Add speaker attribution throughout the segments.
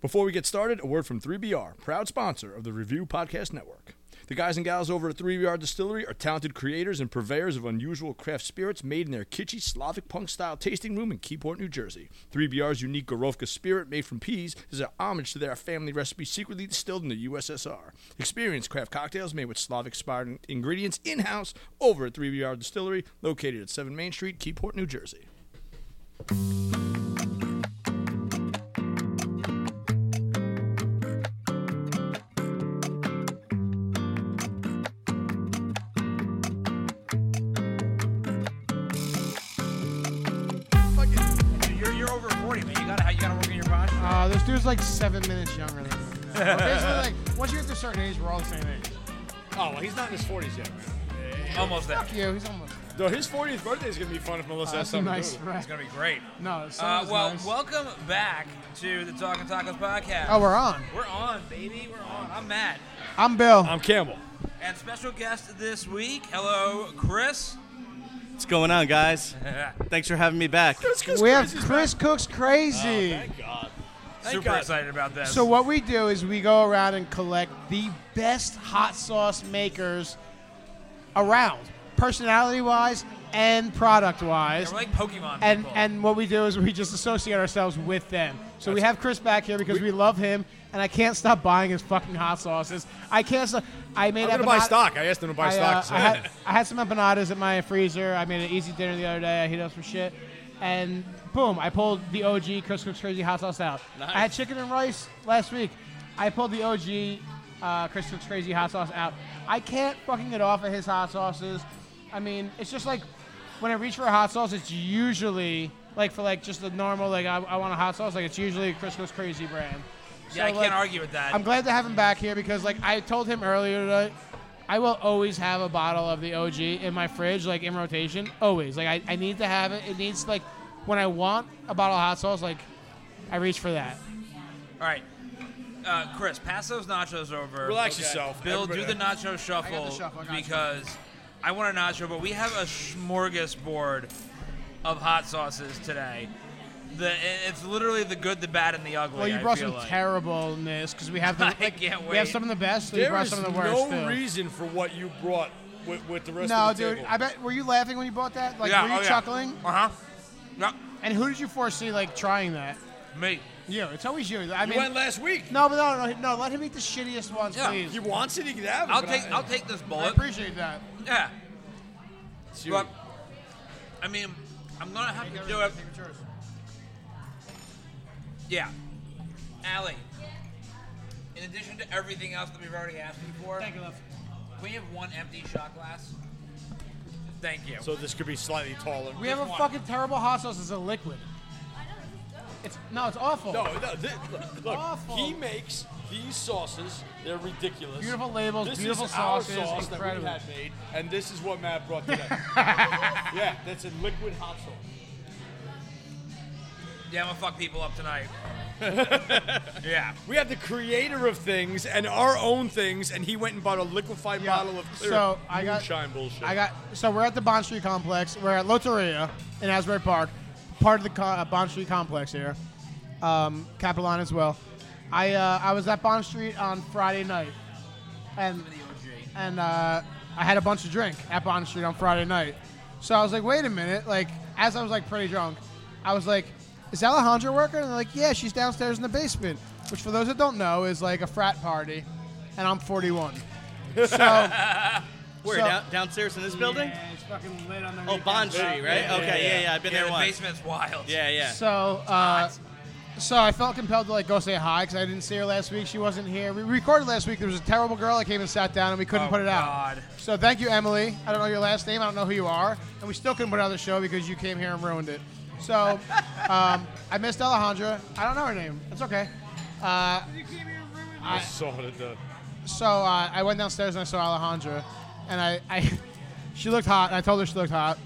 Speaker 1: Before we get started, a word from 3BR, proud sponsor of the Review Podcast Network. The guys and gals over at 3BR Distillery are talented creators and purveyors of unusual craft spirits made in their kitschy Slavic punk style tasting room in Keyport, New Jersey. 3BR's unique Gorovka spirit made from peas is a homage to their family recipe secretly distilled in the USSR. Experience craft cocktails made with Slavic inspired ingredients in house over at 3BR Distillery, located at 7 Main Street, Keyport, New Jersey.
Speaker 2: Fucking- You're, you're over 40, man. You gotta, how you gotta work in your body.
Speaker 3: Uh, this dude's like seven minutes younger than me. We're basically like, once you get to a certain age, we're all the same age.
Speaker 4: Oh, well, he's not in his 40s yet.
Speaker 2: Almost there.
Speaker 3: Yeah, he's almost.
Speaker 4: Though his 40th birthday is going to Oh, be fun if Melissa has
Speaker 3: That's a
Speaker 4: something
Speaker 3: nice
Speaker 4: to do.
Speaker 3: right?
Speaker 2: It's gonna be great.
Speaker 3: No,
Speaker 2: Uh,
Speaker 3: someone's
Speaker 2: well,
Speaker 3: nice.
Speaker 2: welcome back to the Talking Tacos podcast.
Speaker 3: Oh, we're on.
Speaker 2: We're on, baby. We're on. I'm Matt.
Speaker 3: I'm Bill.
Speaker 4: I'm Campbell.
Speaker 2: And special guest this week, hello, Chris.
Speaker 5: What's going on, guys?
Speaker 2: Thank
Speaker 5: Thanks for having me back.
Speaker 3: we have Chris Cooks
Speaker 4: Oh,
Speaker 3: Crazy.
Speaker 4: God.
Speaker 2: Super
Speaker 4: God.
Speaker 2: excited about this.
Speaker 3: so what we do is we go around and collect the best hot sauce makers around, personality-wise and product-wise.
Speaker 2: we're like Pokemon
Speaker 3: and
Speaker 2: people.
Speaker 3: and what we do is we just associate ourselves with them. So we have Chris back here because we, love him, and I can't stop buying his fucking hot sauces. I can't. Stop, I made.
Speaker 4: I'm going to buy stock. I asked him to buy
Speaker 3: I,
Speaker 4: stock.
Speaker 3: uh,
Speaker 4: so-
Speaker 3: I, had, I had some empanadas in my freezer. I made an easy dinner the other day. I heat up some shit, and boom, I pulled the OG Chris Cooks Crazy hot sauce out. I had chicken and rice last week. I pulled the OG uh, Chris Cooks Crazy hot sauce out. I can't fucking get off of his hot sauces. I mean, it's just like when I reach for a hot sauce, it's usually like for like just the normal like I, I want a hot sauce. Like it's usually a Chris Cooks Crazy brand.
Speaker 2: yeah, I
Speaker 3: so,
Speaker 2: can't
Speaker 3: like,
Speaker 2: argue with that.
Speaker 3: I'm glad to have him back here because, like, I told him earlier today, I will always have a bottle of the OG in my fridge, like in rotation, always. Like, I, I need to have it. It needs like when I want a bottle of hot sauce, like I reach for that.
Speaker 2: All right. Uh, Chris, pass those nachos over.
Speaker 4: Relax yourself.
Speaker 2: Bill,
Speaker 4: Everybody-
Speaker 2: do the nacho shuffle,
Speaker 3: shuffle, I got you.
Speaker 2: because I want a nacho, but we have a smorgasbord of hot sauces today. The it- it's literally the good, the bad, and the ugly.
Speaker 3: Well, you
Speaker 2: I
Speaker 3: brought
Speaker 2: feel
Speaker 3: some
Speaker 2: like.
Speaker 3: terribleness because we have the
Speaker 2: I
Speaker 3: like,
Speaker 2: can't
Speaker 3: we have
Speaker 2: wait.
Speaker 3: some of the best, so you
Speaker 4: There
Speaker 3: brought
Speaker 4: is
Speaker 3: some of the worst.
Speaker 4: no
Speaker 3: too.
Speaker 4: reason for what you brought with, with the rest
Speaker 3: no,
Speaker 4: of the
Speaker 3: dude.
Speaker 4: table.
Speaker 3: I bet were you laughing when you bought that? Like, were you chuckling?
Speaker 2: Uh huh. No,
Speaker 3: And who did you foresee like trying that?
Speaker 2: me.
Speaker 3: You. It's always you. I
Speaker 4: you
Speaker 3: mean,
Speaker 4: went last week.
Speaker 3: no, but no, no, no. Let him eat the shittiest ones,
Speaker 2: Yeah.
Speaker 3: please.
Speaker 4: He wants it. He can have it.
Speaker 2: I'll
Speaker 4: but
Speaker 2: take
Speaker 4: I,
Speaker 2: I'll take this
Speaker 3: I
Speaker 2: bullet.
Speaker 3: appreciate that.
Speaker 2: Yeah,
Speaker 4: it's you.
Speaker 2: but I mean, I'm gonna have to do it. Yeah, Allie. In addition to everything else that we've already asked you for,
Speaker 3: Thank you, love.
Speaker 2: we have one empty shot glass. Thank you.
Speaker 4: so this could be slightly taller.
Speaker 3: We have a
Speaker 2: one.
Speaker 3: fucking terrible hot sauce as a liquid. It's no, it's awful.
Speaker 4: No, no. This, look, look,
Speaker 3: Awful.
Speaker 4: he makes these sauces. They're ridiculous.
Speaker 3: Beautiful labels,
Speaker 4: This
Speaker 3: beautiful
Speaker 4: is our
Speaker 3: sauces,
Speaker 4: sauce that we
Speaker 3: incredible.
Speaker 4: had made, and this is what Matt brought today. yeah, that's a liquid hot sauce.
Speaker 2: Yeah, I'm gonna fuck people up tonight. yeah.
Speaker 4: We have the creator of things and our own things, and he went and bought a liquefied
Speaker 3: Yeah.
Speaker 4: bottle of clear
Speaker 3: So, I got-
Speaker 4: moonshine bullshit.
Speaker 3: I got so we're at the Bond Street complex. We're at Loteria in Asbury Park, part of the co- uh, Bond Street complex here, um, Capilano as well. I uh, I was at Bond Street on Friday night, and and uh, I had a bunch of drink at Bond Street on Friday night. So I was like, wait a minute. Like, as I was like pretty drunk, I was like, is Alejandra working? And they're like, yeah, she's downstairs in the basement, which for those that don't know is like a frat party, and I'm 41. So.
Speaker 5: We're
Speaker 3: So-
Speaker 5: down, downstairs in this building.
Speaker 3: Yeah, it's fucking lit underneath.
Speaker 5: Oh, Bond
Speaker 3: that
Speaker 5: Street,
Speaker 3: shit.
Speaker 5: right? okay, yeah, yeah. I've been
Speaker 2: yeah,
Speaker 5: there
Speaker 2: the
Speaker 5: once.
Speaker 2: basement's wild.
Speaker 5: Yeah, yeah.
Speaker 3: So, uh, so I felt compelled to like go say hi because I didn't see her last week. She wasn't here. We recorded last week. There was a terrible girl that came and sat down, and we couldn't
Speaker 2: Oh,
Speaker 3: put it
Speaker 2: God.
Speaker 3: out. So thank you, Emily. I don't know your last name. I don't know who you are, and we still couldn't put out the show because you came here and ruined it. So um, I missed Alejandra. I don't know her name. That's okay. Uh,
Speaker 4: I saw it at the.
Speaker 3: so uh, I went downstairs and I saw Alejandra, and I, I she looked hot. And I told her she looked hot.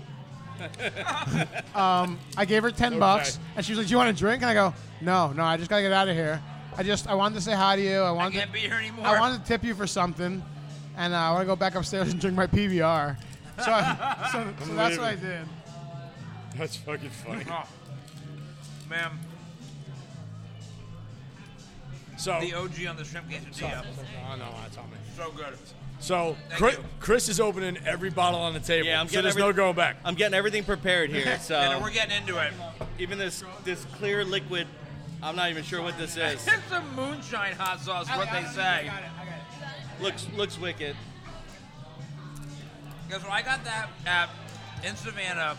Speaker 3: um, I gave her ten bucks,
Speaker 4: Okay.
Speaker 3: and she was like, "Do you want a drink?" And I go, "No, no, I just gotta get out of here. I just I wanted to say hi to you. I
Speaker 2: I
Speaker 3: wanted
Speaker 2: can't
Speaker 3: to,
Speaker 2: be here anymore.
Speaker 3: I wanted to tip you for something, and uh, I want to go back upstairs and drink my PBR." So, I, so, so that's what I did.
Speaker 4: That's fucking funny.
Speaker 2: Oh, man.
Speaker 4: So,
Speaker 2: The OG on the shrimp quesadilla.
Speaker 4: oh no, that's on me.
Speaker 2: So good.
Speaker 5: Um,
Speaker 4: So,
Speaker 2: Thank
Speaker 4: Chris,
Speaker 2: you.
Speaker 4: Chris is opening every bottle on the table.
Speaker 5: Yeah, I'm
Speaker 4: so
Speaker 5: getting
Speaker 4: there's
Speaker 5: every-
Speaker 4: no going back.
Speaker 5: I'm getting everything prepared here,
Speaker 2: And
Speaker 5: so
Speaker 2: we're getting into it.
Speaker 5: even this this clear liquid, I'm not even sure what this is.
Speaker 2: It's a moonshine hot sauce, what they say.
Speaker 5: looks looks wicked.
Speaker 2: Because when I got that at, in Savannah,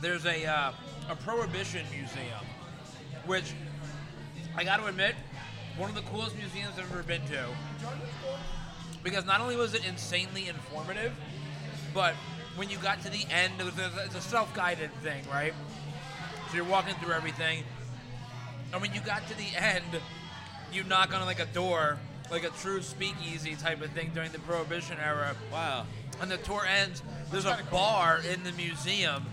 Speaker 2: there's a uh, a prohibition museum, which I got to admit, one of the coolest museums I've ever been to. Because not only was it insanely informative, but when you got to the end, it was a, it's a self-guided thing, right? So you're walking through everything, and when you got to the end, you knock on like a door, like a true speakeasy type of thing during the Prohibition era
Speaker 5: Wow.
Speaker 2: and the tour ends, there's a bar in the museum,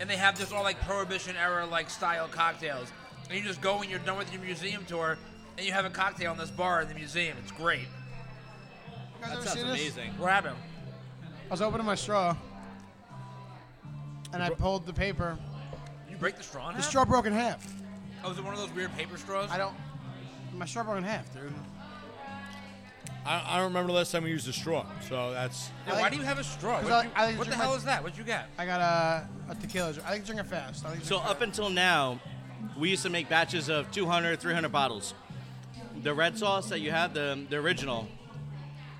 Speaker 2: and they have this all like prohibition era like style cocktails. And you just go when you're done with your museum tour, and you have a cocktail in this bar in the museum. It's great.
Speaker 3: guys
Speaker 5: That
Speaker 3: ever
Speaker 5: sounds
Speaker 3: seen this?
Speaker 5: amazing.
Speaker 2: What happened?
Speaker 3: I was opening my straw, and I pulled the paper.
Speaker 2: You break the straw in
Speaker 3: The
Speaker 2: half?
Speaker 3: straw broke in half.
Speaker 2: Oh, is it one of those weird paper straws?
Speaker 3: I don't. My straw broke in half, dude.
Speaker 4: I, I don't remember the last time we used a straw, so that's.
Speaker 2: Yeah,
Speaker 3: I
Speaker 2: why
Speaker 3: like-
Speaker 2: do you have a straw?
Speaker 3: 'cause
Speaker 2: What'd
Speaker 3: I-
Speaker 2: you-
Speaker 3: I like to
Speaker 2: what the
Speaker 3: drink my-
Speaker 2: hell is that? What'd you get?
Speaker 3: I got a, a tequila. dr- I like to drink it fast. I like to
Speaker 5: So
Speaker 3: drink it
Speaker 5: up until now, we used to make batches of 200, 300 bottles. The red sauce that you have, the the original,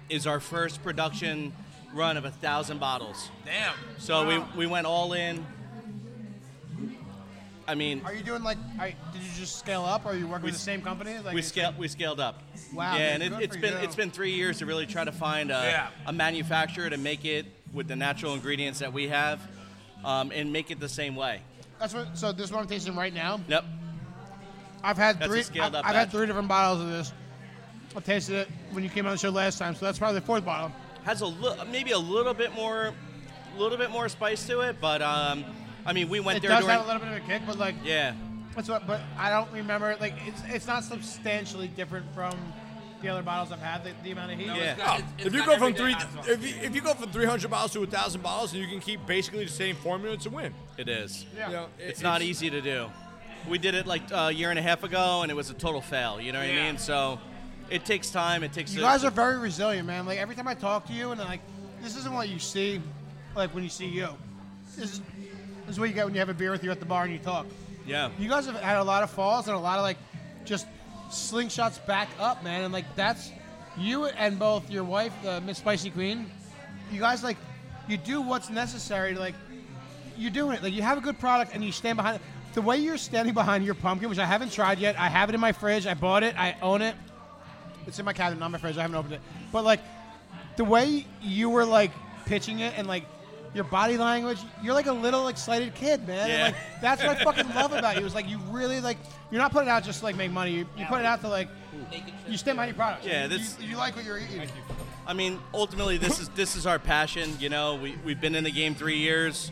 Speaker 5: is our first production run of a thousand bottles.
Speaker 2: Damn.
Speaker 5: So we,
Speaker 2: Wow.
Speaker 5: we went all in. I mean,
Speaker 3: fast. Are you doing like? Are, did you just scale up? Or are you working with the same company? Like
Speaker 5: we
Speaker 3: it's-
Speaker 5: scaled we scaled up.
Speaker 3: Wow,
Speaker 5: Yeah,
Speaker 3: man,
Speaker 5: and it,
Speaker 3: good
Speaker 5: it's
Speaker 3: for
Speaker 5: been
Speaker 3: you.
Speaker 5: it's been three years to really try to find a,
Speaker 2: Yeah.
Speaker 5: a manufacturer to make it with the natural ingredients that we have, um, and make it the same way.
Speaker 3: That's what. So this is what I'm tasting right now.
Speaker 5: Nope.
Speaker 3: I've had
Speaker 5: That's a
Speaker 3: three. I've,
Speaker 5: scaled up
Speaker 3: I've had
Speaker 5: batch.
Speaker 3: three different bottles of this. I tasted it when you came on the show last time, so that's probably the fourth bottle.
Speaker 5: has a li- maybe a little bit more, little bit more spice to it, but um, I mean we went
Speaker 3: it
Speaker 5: there
Speaker 3: does
Speaker 5: during
Speaker 3: have a little bit of a kick, but like,
Speaker 5: yeah.
Speaker 3: that's what. But I don't remember. Like, it's it's not substantially different from the other bottles I've had. The, the amount of heat.
Speaker 2: No,
Speaker 5: Yeah.
Speaker 2: it's got-
Speaker 4: Oh,
Speaker 2: it's- it's
Speaker 4: if you
Speaker 2: got
Speaker 4: go from
Speaker 2: everything
Speaker 4: three,
Speaker 2: hot sauce.
Speaker 4: if you, if you go from 300 bottles to 1,000 bottles, and you can keep basically the same formula, it's a win.
Speaker 5: It is.
Speaker 3: Yeah.
Speaker 4: You know, it-
Speaker 5: It's not easy to do. We did it like a year and a half ago, and it was a total fail. You know what
Speaker 2: Yeah.
Speaker 5: I mean? So it takes time. It takes.
Speaker 3: You
Speaker 5: a-
Speaker 3: guys are very resilient, man. Like every time I talk to you, and like this isn't what you see, like when you see you. This is, this is what you get when you have a beer with you at the bar and you talk.
Speaker 5: yeah.
Speaker 3: You guys have had a lot of falls and a lot of like just slingshots back up, man. And like that's you and both your wife, uh, Miss Spicy Queen. You guys like you do what's necessary to like you're doing it. Like you have a good product and you stand behind it. The way you're standing behind your pumpkin, which I haven't tried yet. I have it in my fridge. I bought it. I own it. It's in my cabinet, not my fridge. I haven't opened it. But like the way you were like pitching it and like your body language, you're like a little excited kid, man. And,
Speaker 5: Yeah.
Speaker 3: like, that's what I fucking love about you. Is like you really like you're not putting it out just to, like make money. You, you put it out to like you stand behind your product.
Speaker 5: Yeah, this-
Speaker 3: you, you like what you're eating.
Speaker 5: I mean, ultimately, this is this is our passion. You know, we we've been in the game three years.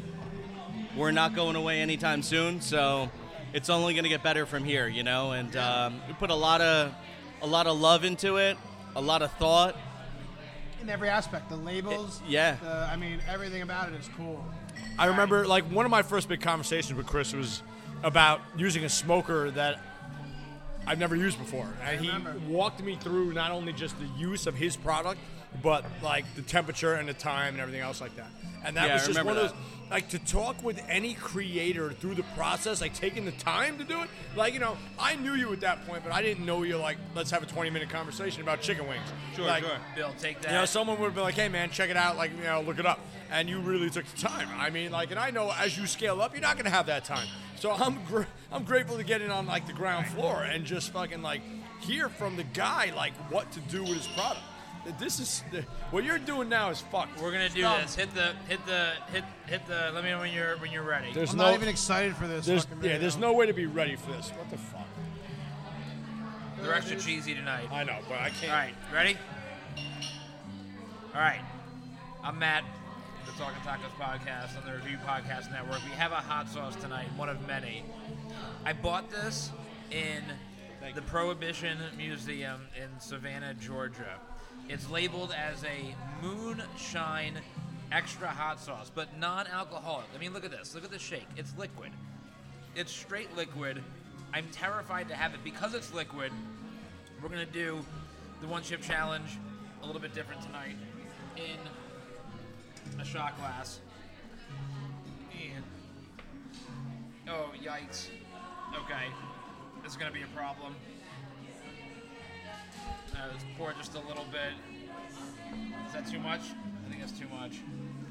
Speaker 5: We're not going away anytime soon, so it's only going to get better from here. You know, and um, we put a lot of a lot of love into it, a lot of thought.
Speaker 3: In every aspect, the labels.
Speaker 5: It- yeah.
Speaker 3: The, I mean, everything about it is cool.
Speaker 4: I remember like one of my first big conversations with Chris was about using a smoker that I've never used before. And he
Speaker 3: remember.
Speaker 4: walked me through not only just the use of his product, but like the temperature and the time and everything else like that. And that
Speaker 5: Yeah, I
Speaker 4: was just
Speaker 5: remember
Speaker 4: one of
Speaker 5: that.
Speaker 4: those like to talk with any creator through the process, like taking the time to do it. Like, you know, I knew you at that point, but I didn't know you like let's have a 20 minute conversation about chicken wings.
Speaker 5: Sure,
Speaker 4: Like,
Speaker 5: sure.
Speaker 2: Bill, take that.
Speaker 4: you know, someone would be like, "Hey, man, check it out. Like, you know, look it up." And you really took the time. I mean, like, and I know as you scale up, you're not gonna have that time. So I'm gr- I'm grateful to get in on like the ground floor and just fucking like hear from the guy like what to do with his product. That This is what you're doing now is fucked.
Speaker 2: we're gonna do
Speaker 3: Stop.
Speaker 2: this. Hit the, hit the, hit, hit the. Let me know when you're, when you're ready.
Speaker 4: There's
Speaker 3: I'm
Speaker 4: no
Speaker 3: not even excited for this.
Speaker 4: there's,
Speaker 3: fucking
Speaker 4: yeah,
Speaker 3: video.
Speaker 4: there's no way to be ready for this. What the fuck?
Speaker 2: They're extra cheesy tonight.
Speaker 4: I know, but I can't.
Speaker 2: All right, ready? All right. I'm Matt, the Talking Tacos podcast on the Review Podcast Network. We have a hot sauce tonight, one of many. I bought this in the Prohibition Museum in Savannah, Georgia. It's labeled as a moonshine extra hot sauce, but non alcoholic. I mean, look at this. Look at the shake. It's liquid. It's straight liquid. I'm terrified to have it because it's liquid. We're gonna do the one chip challenge a little bit different tonight in a shot glass. And oh yikes! Okay, this is gonna be a problem. Uh, let's pour just a little bit. Is that too much? I think that's too much.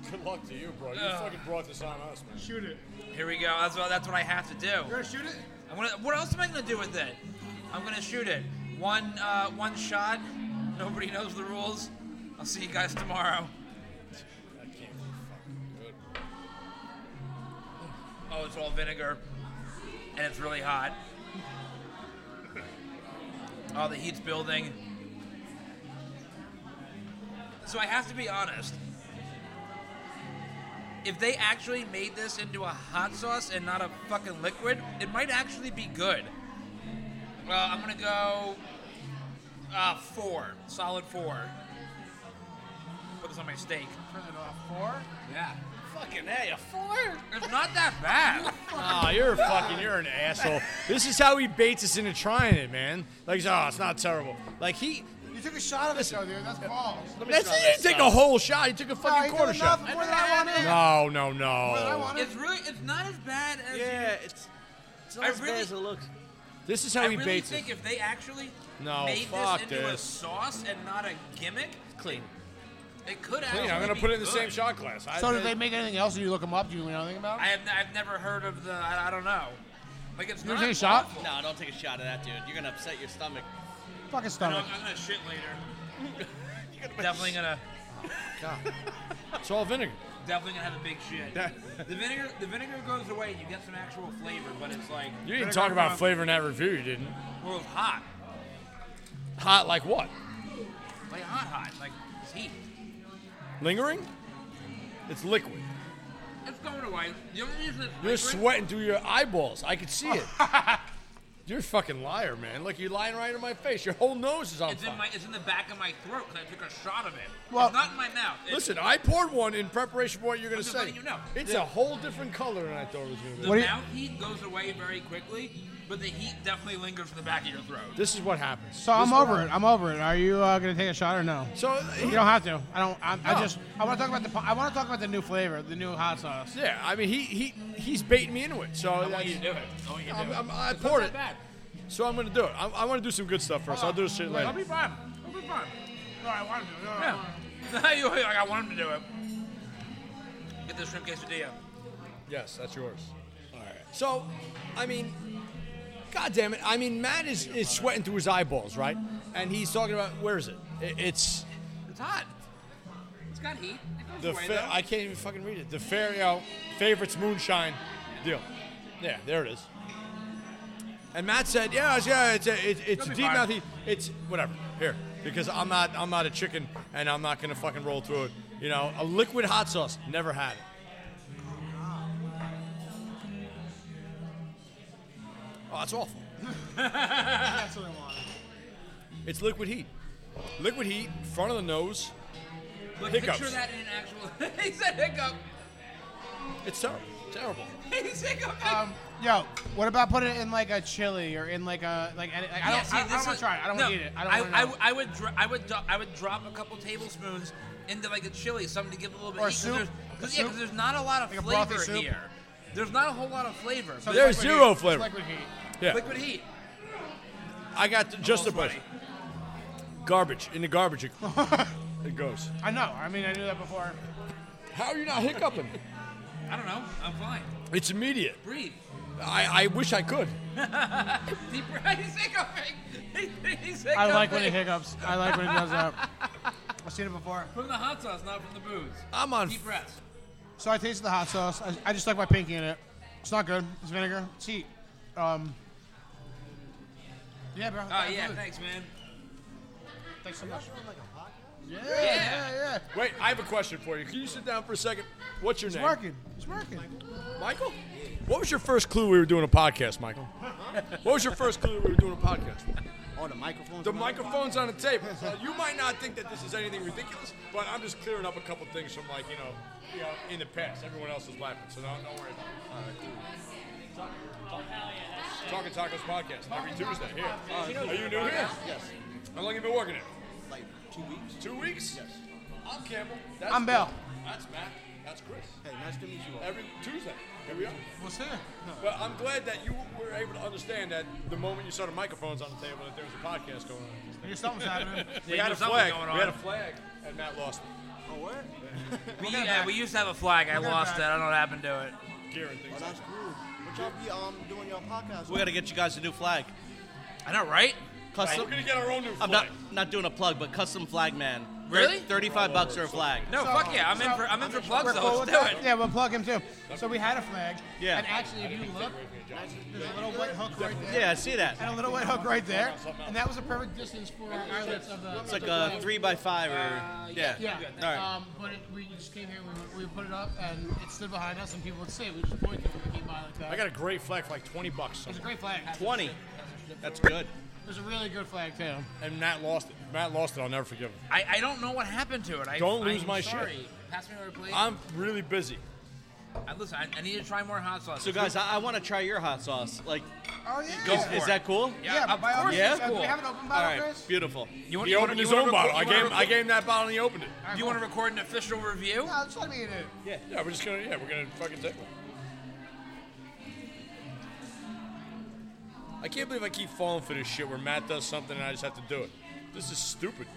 Speaker 4: Good luck to you, bro. You
Speaker 2: Ugh.
Speaker 4: fucking brought this on us, man.
Speaker 3: Shoot it.
Speaker 2: Here we go. That's what, that's what I have to do.
Speaker 3: You're gonna shoot it?
Speaker 2: I'm gonna. What else am I gonna do with it? I'm gonna shoot it. One uh, one shot. Nobody knows the rules. I'll see you guys tomorrow.
Speaker 4: That can't be fucking good.
Speaker 2: Oh, it's all vinegar, and it's really hot. Oh, the heat's building. So I have to be honest. If they actually made this into a hot sauce and not a fucking liquid, it might actually be good. Well, I'm gonna go uh, four, solid four. Put this on my steak.
Speaker 3: Turn it off. Four.
Speaker 2: Yeah,
Speaker 5: Fucking hey, a four.
Speaker 2: it's not that bad.
Speaker 4: Ah, you're a fucking, you're an asshole. This is how he baits us into trying it, man. Like, he's, oh, it's not terrible. Like he,
Speaker 3: You took a shot of it though, dude. That's balls.
Speaker 5: Let me
Speaker 4: that's,
Speaker 5: try
Speaker 4: he didn't
Speaker 5: this
Speaker 4: take
Speaker 5: stuff.
Speaker 4: a whole shot. He took a
Speaker 3: No, you
Speaker 4: fucking
Speaker 3: did
Speaker 4: quarter
Speaker 3: enough.
Speaker 4: shot.
Speaker 3: More than I wanted.
Speaker 4: No, no,
Speaker 3: More than I
Speaker 4: no.
Speaker 3: wanted.
Speaker 2: It's really, it's not as bad as.
Speaker 5: Yeah, it's. It's not
Speaker 2: I
Speaker 5: as bad
Speaker 2: really-
Speaker 5: as it looks.
Speaker 4: This is how
Speaker 2: I
Speaker 4: he
Speaker 2: really
Speaker 4: baits
Speaker 2: think
Speaker 4: us.
Speaker 2: if they actually
Speaker 4: No,
Speaker 2: made
Speaker 4: fuck
Speaker 2: this into a
Speaker 4: this.
Speaker 2: sauce and not a gimmick,
Speaker 5: Clean.
Speaker 2: it could actually.
Speaker 4: Clean, I'm gonna
Speaker 2: be
Speaker 4: put it in the
Speaker 2: good.
Speaker 4: same shot glass. I-
Speaker 3: So did they make anything else? Did you look them up? Do you know anything about
Speaker 2: I
Speaker 3: them?
Speaker 2: have, n- I've never heard of the. I, I don't know. Like it's
Speaker 3: You
Speaker 2: not
Speaker 3: take a shot?
Speaker 2: awful.
Speaker 5: No, don't take a shot of that, dude. You're gonna upset your stomach.
Speaker 3: Fucking
Speaker 2: No, I'm,
Speaker 3: stomach.
Speaker 2: I'm gonna shit later. definitely gonna,
Speaker 4: It's all vinegar.
Speaker 2: definitely gonna have a big shit. the vinegar, the vinegar goes away. You get some actual flavor, but it's like
Speaker 4: You didn't
Speaker 2: vinegar
Speaker 4: talk about
Speaker 2: from-
Speaker 4: flavor in that review, you didn't.
Speaker 2: Well, it's hot,
Speaker 4: Hot like what?
Speaker 2: like hot, hot, like it's heat.
Speaker 4: Lingering? It's liquid.
Speaker 2: It's going away. The only reason it's
Speaker 4: You're
Speaker 2: liquid-
Speaker 4: sweating through your eyeballs. I could see it. You're a fucking liar, man. Look, you're lying right in my face. Your whole nose is on
Speaker 2: It's
Speaker 4: fire.
Speaker 2: in my, it's in the back of my throat because I took a shot of it.
Speaker 3: Well-
Speaker 2: it's not in my mouth. It's-
Speaker 4: Listen, I poured one in preparation for what you're going
Speaker 2: I'm
Speaker 4: to
Speaker 2: just
Speaker 4: say.
Speaker 2: letting you know.
Speaker 4: It's a whole different color than I thought it was going to be.
Speaker 2: The
Speaker 3: What do you-
Speaker 2: mouth heat goes away very quickly, but the heat definitely lingers in the back of your throat.
Speaker 4: This is what happens.
Speaker 3: So I'm
Speaker 4: This is
Speaker 3: over
Speaker 4: what-
Speaker 3: it. I'm over it. Are you uh, gonna take a shot or no?
Speaker 4: So,
Speaker 3: You
Speaker 4: he,
Speaker 3: don't have to. I don't. I'm, I
Speaker 4: No.
Speaker 3: just. I want to talk about the. po- I want to talk about the new flavor, the new hot sauce.
Speaker 4: yeah, I mean, he, he he's baiting me into it. So
Speaker 2: I want you to
Speaker 4: that's-
Speaker 2: do it. I want you to do
Speaker 4: I'm-
Speaker 2: it.
Speaker 4: I'm- I
Speaker 2: It's not
Speaker 4: poured
Speaker 2: that
Speaker 4: it.
Speaker 2: bad.
Speaker 4: So I'm going to do it. I, I want to do some good stuff first. I'll do this shit
Speaker 3: I'll
Speaker 4: later.
Speaker 3: be fine. I'll be fine. No, I want to. do it. No, I
Speaker 2: Yeah.
Speaker 3: wanna.
Speaker 2: You- like, I want him to do it. Get this shrimp quesadilla.
Speaker 4: Yes, that's yours. All right. So, I mean, God damn it. I mean, Matt is, is sweating through his eyeballs, right? And he's talking about, where is it? it it's
Speaker 2: It's hot. It's got heat. It goes
Speaker 4: the
Speaker 2: away,
Speaker 4: fa-
Speaker 2: though.
Speaker 4: I can't even fucking read it. The Fario favorites moonshine deal. Yeah, there it is. And Matt said, "Yeah, it's, yeah, it's a, it, it's
Speaker 2: It'll
Speaker 4: a
Speaker 2: be
Speaker 4: deep
Speaker 2: fine.
Speaker 4: mouth. heat. It's whatever here because I'm not I'm not a chicken and I'm not gonna fucking roll through it. You know, a liquid hot sauce never had it. Oh, that's awful.
Speaker 3: That's what I want.
Speaker 4: It's liquid heat. Liquid heat, front of the nose.
Speaker 2: Look, Picture
Speaker 4: hiccups.
Speaker 2: that in an actual. he said hiccup.
Speaker 4: It's terrible. Terrible.
Speaker 2: He's hiccuping.
Speaker 3: Um, yo, what about putting it in like a chili or in like a like? any- like I don't.
Speaker 2: Yeah, see,
Speaker 3: I, I
Speaker 2: this
Speaker 3: don't want
Speaker 2: is-
Speaker 3: to try it. I don't
Speaker 2: no,
Speaker 3: want to eat it. I don't
Speaker 2: I,
Speaker 3: want to.
Speaker 2: I would. Dro- I would. Do- I would drop a couple tablespoons into like a chili, something to give it a little bit.
Speaker 3: Or
Speaker 2: of heat, 'cause
Speaker 3: soup.
Speaker 2: There's,
Speaker 3: A
Speaker 2: 'cause, yeah,
Speaker 3: soup.
Speaker 2: 'cause there's not a lot of
Speaker 3: Like a
Speaker 2: flavor
Speaker 3: brothy soup.
Speaker 2: here. There's not a whole lot of flavor.
Speaker 3: So
Speaker 4: There's
Speaker 3: it's liquid
Speaker 4: zero
Speaker 3: heat. It's
Speaker 4: flavor.
Speaker 3: liquid heat.
Speaker 4: Yeah,
Speaker 2: Liquid heat.
Speaker 4: I got the- just
Speaker 2: Almost
Speaker 4: the brush.
Speaker 2: ready.
Speaker 4: Garbage in the garbage. It, it goes.
Speaker 3: I know. I mean, I knew that before.
Speaker 4: How are you not hiccuping?
Speaker 2: I don't know. I'm fine.
Speaker 4: It's immediate.
Speaker 2: Breathe.
Speaker 4: I, I wish I could.
Speaker 2: Deep breath. He's hiccuping. He's hiccuping.
Speaker 3: I like when it hiccups. I like when it goes up. I've seen it before.
Speaker 2: From the hot sauce, not from the booze.
Speaker 4: I'm on.
Speaker 2: Deep breath.
Speaker 3: So I tasted the hot sauce. I, I just stuck my pinky in it. It's not good. It's vinegar. It's heat. Um. Yeah, bro.
Speaker 2: Oh yeah, thanks, man.
Speaker 3: Thanks so much. Yeah,
Speaker 2: Yeah.
Speaker 3: yeah, yeah.
Speaker 4: Wait, I have a question for you. Can you sit down for a second? What's your
Speaker 3: It's
Speaker 4: name?
Speaker 3: working. It's working.
Speaker 4: Michael? What was your first clue we were doing a podcast, Michael? what was your first clue we were doing a podcast?
Speaker 6: Oh, the microphone.
Speaker 4: The microphone's on the table. So you might not think that this is anything ridiculous, but I'm just clearing up a couple things from like, you know, you know in the past. Everyone else is laughing, so don't, don't worry about it. Talking Tacos podcast every Tuesday here.
Speaker 6: Uh,
Speaker 4: Are you new here? Yes. How long you been working it?
Speaker 6: Like two weeks.
Speaker 4: Two weeks? Yes. I'm Campbell. That's
Speaker 3: I'm Bill.
Speaker 4: That's Matt. That's Chris.
Speaker 6: Hey, nice to meet you all.
Speaker 4: Every Tuesday. Here we are.
Speaker 6: What's that?
Speaker 4: But I'm glad that you were able to understand that the moment you saw the microphones on the table that there was a podcast going on.
Speaker 3: Here's something's happening.
Speaker 4: We had a
Speaker 2: something
Speaker 4: flag.
Speaker 2: going
Speaker 4: We had a
Speaker 2: on.
Speaker 4: flag, and Matt lost it.
Speaker 6: Oh, what?
Speaker 2: We, yeah, we used to have a flag. I
Speaker 3: We'll get
Speaker 2: lost
Speaker 3: back.
Speaker 2: it. I don't know what happened to it.
Speaker 4: Gear and
Speaker 6: Oh,
Speaker 4: things.
Speaker 6: that's cool. What y'all be um doing your podcast?
Speaker 5: We got to get you guys a new flag.
Speaker 2: I know, right?
Speaker 4: We're
Speaker 5: Custom.
Speaker 4: gonna get our own new flag.
Speaker 5: I'm not not doing a plug, but custom flag man. Thir-
Speaker 2: Really?
Speaker 5: Thirty-five bucks or a flag.
Speaker 2: No,
Speaker 3: So-
Speaker 2: fuck yeah. I'm in
Speaker 3: so-
Speaker 2: for I'm in for plugs
Speaker 3: We're cool
Speaker 2: though.
Speaker 3: with
Speaker 2: Let's
Speaker 3: that?
Speaker 2: do it.
Speaker 3: Yeah, we'll plug him too. So we had a flag.
Speaker 5: Yeah.
Speaker 3: And actually, if you look, there's a little white hook right there.
Speaker 5: Yeah, I see that.
Speaker 3: And a little white hook right there. And that was a perfect distance for our eyelids of the.
Speaker 5: It's like a three by five or yeah.
Speaker 3: Yeah.
Speaker 5: All right.
Speaker 3: Um, but it, we just came here, we, we put it up, and it stood behind us, and people would see it. We just pointed when we came by like that.
Speaker 4: I got a great flag for like 20 bucks.
Speaker 3: It's a
Speaker 4: somewhere.
Speaker 3: great flag.
Speaker 5: Twenty. That's good.
Speaker 3: It was a really good flag, too.
Speaker 4: And Matt lost it. Matt lost it. I'll never forgive him.
Speaker 2: I, I don't know what happened to it. I,
Speaker 4: Don't lose
Speaker 2: I'm
Speaker 4: my
Speaker 2: sorry. Pass me over, please.
Speaker 4: I'm really busy.
Speaker 2: I, listen, I, I need to try more hot sauce.
Speaker 5: So guys, I, I want to try your hot sauce. Like,
Speaker 3: Oh, yeah.
Speaker 2: Go
Speaker 5: is,
Speaker 2: for
Speaker 5: is
Speaker 2: it.
Speaker 5: that cool?
Speaker 2: yeah, of
Speaker 3: by all
Speaker 2: course
Speaker 3: means,
Speaker 2: it's
Speaker 3: uh, Do
Speaker 2: cool.
Speaker 3: we have an open
Speaker 5: All
Speaker 3: bottle,
Speaker 5: right.
Speaker 3: Chris?
Speaker 5: beautiful.
Speaker 2: You want,
Speaker 4: He
Speaker 2: you want,
Speaker 4: opened
Speaker 2: you
Speaker 4: his
Speaker 2: want
Speaker 4: own
Speaker 2: to
Speaker 4: bottle.
Speaker 2: record-
Speaker 4: I
Speaker 2: you wanna
Speaker 4: gave, I
Speaker 2: record-
Speaker 4: gave him that bottle and he opened it.
Speaker 2: Do you want to record an official review?
Speaker 3: No, just let me eat it.
Speaker 4: Yeah, we're just gonna. Yeah, we're gonna fucking take one. I can't believe I keep falling for this shit where Matt does something and I just have to do it. This is stupid.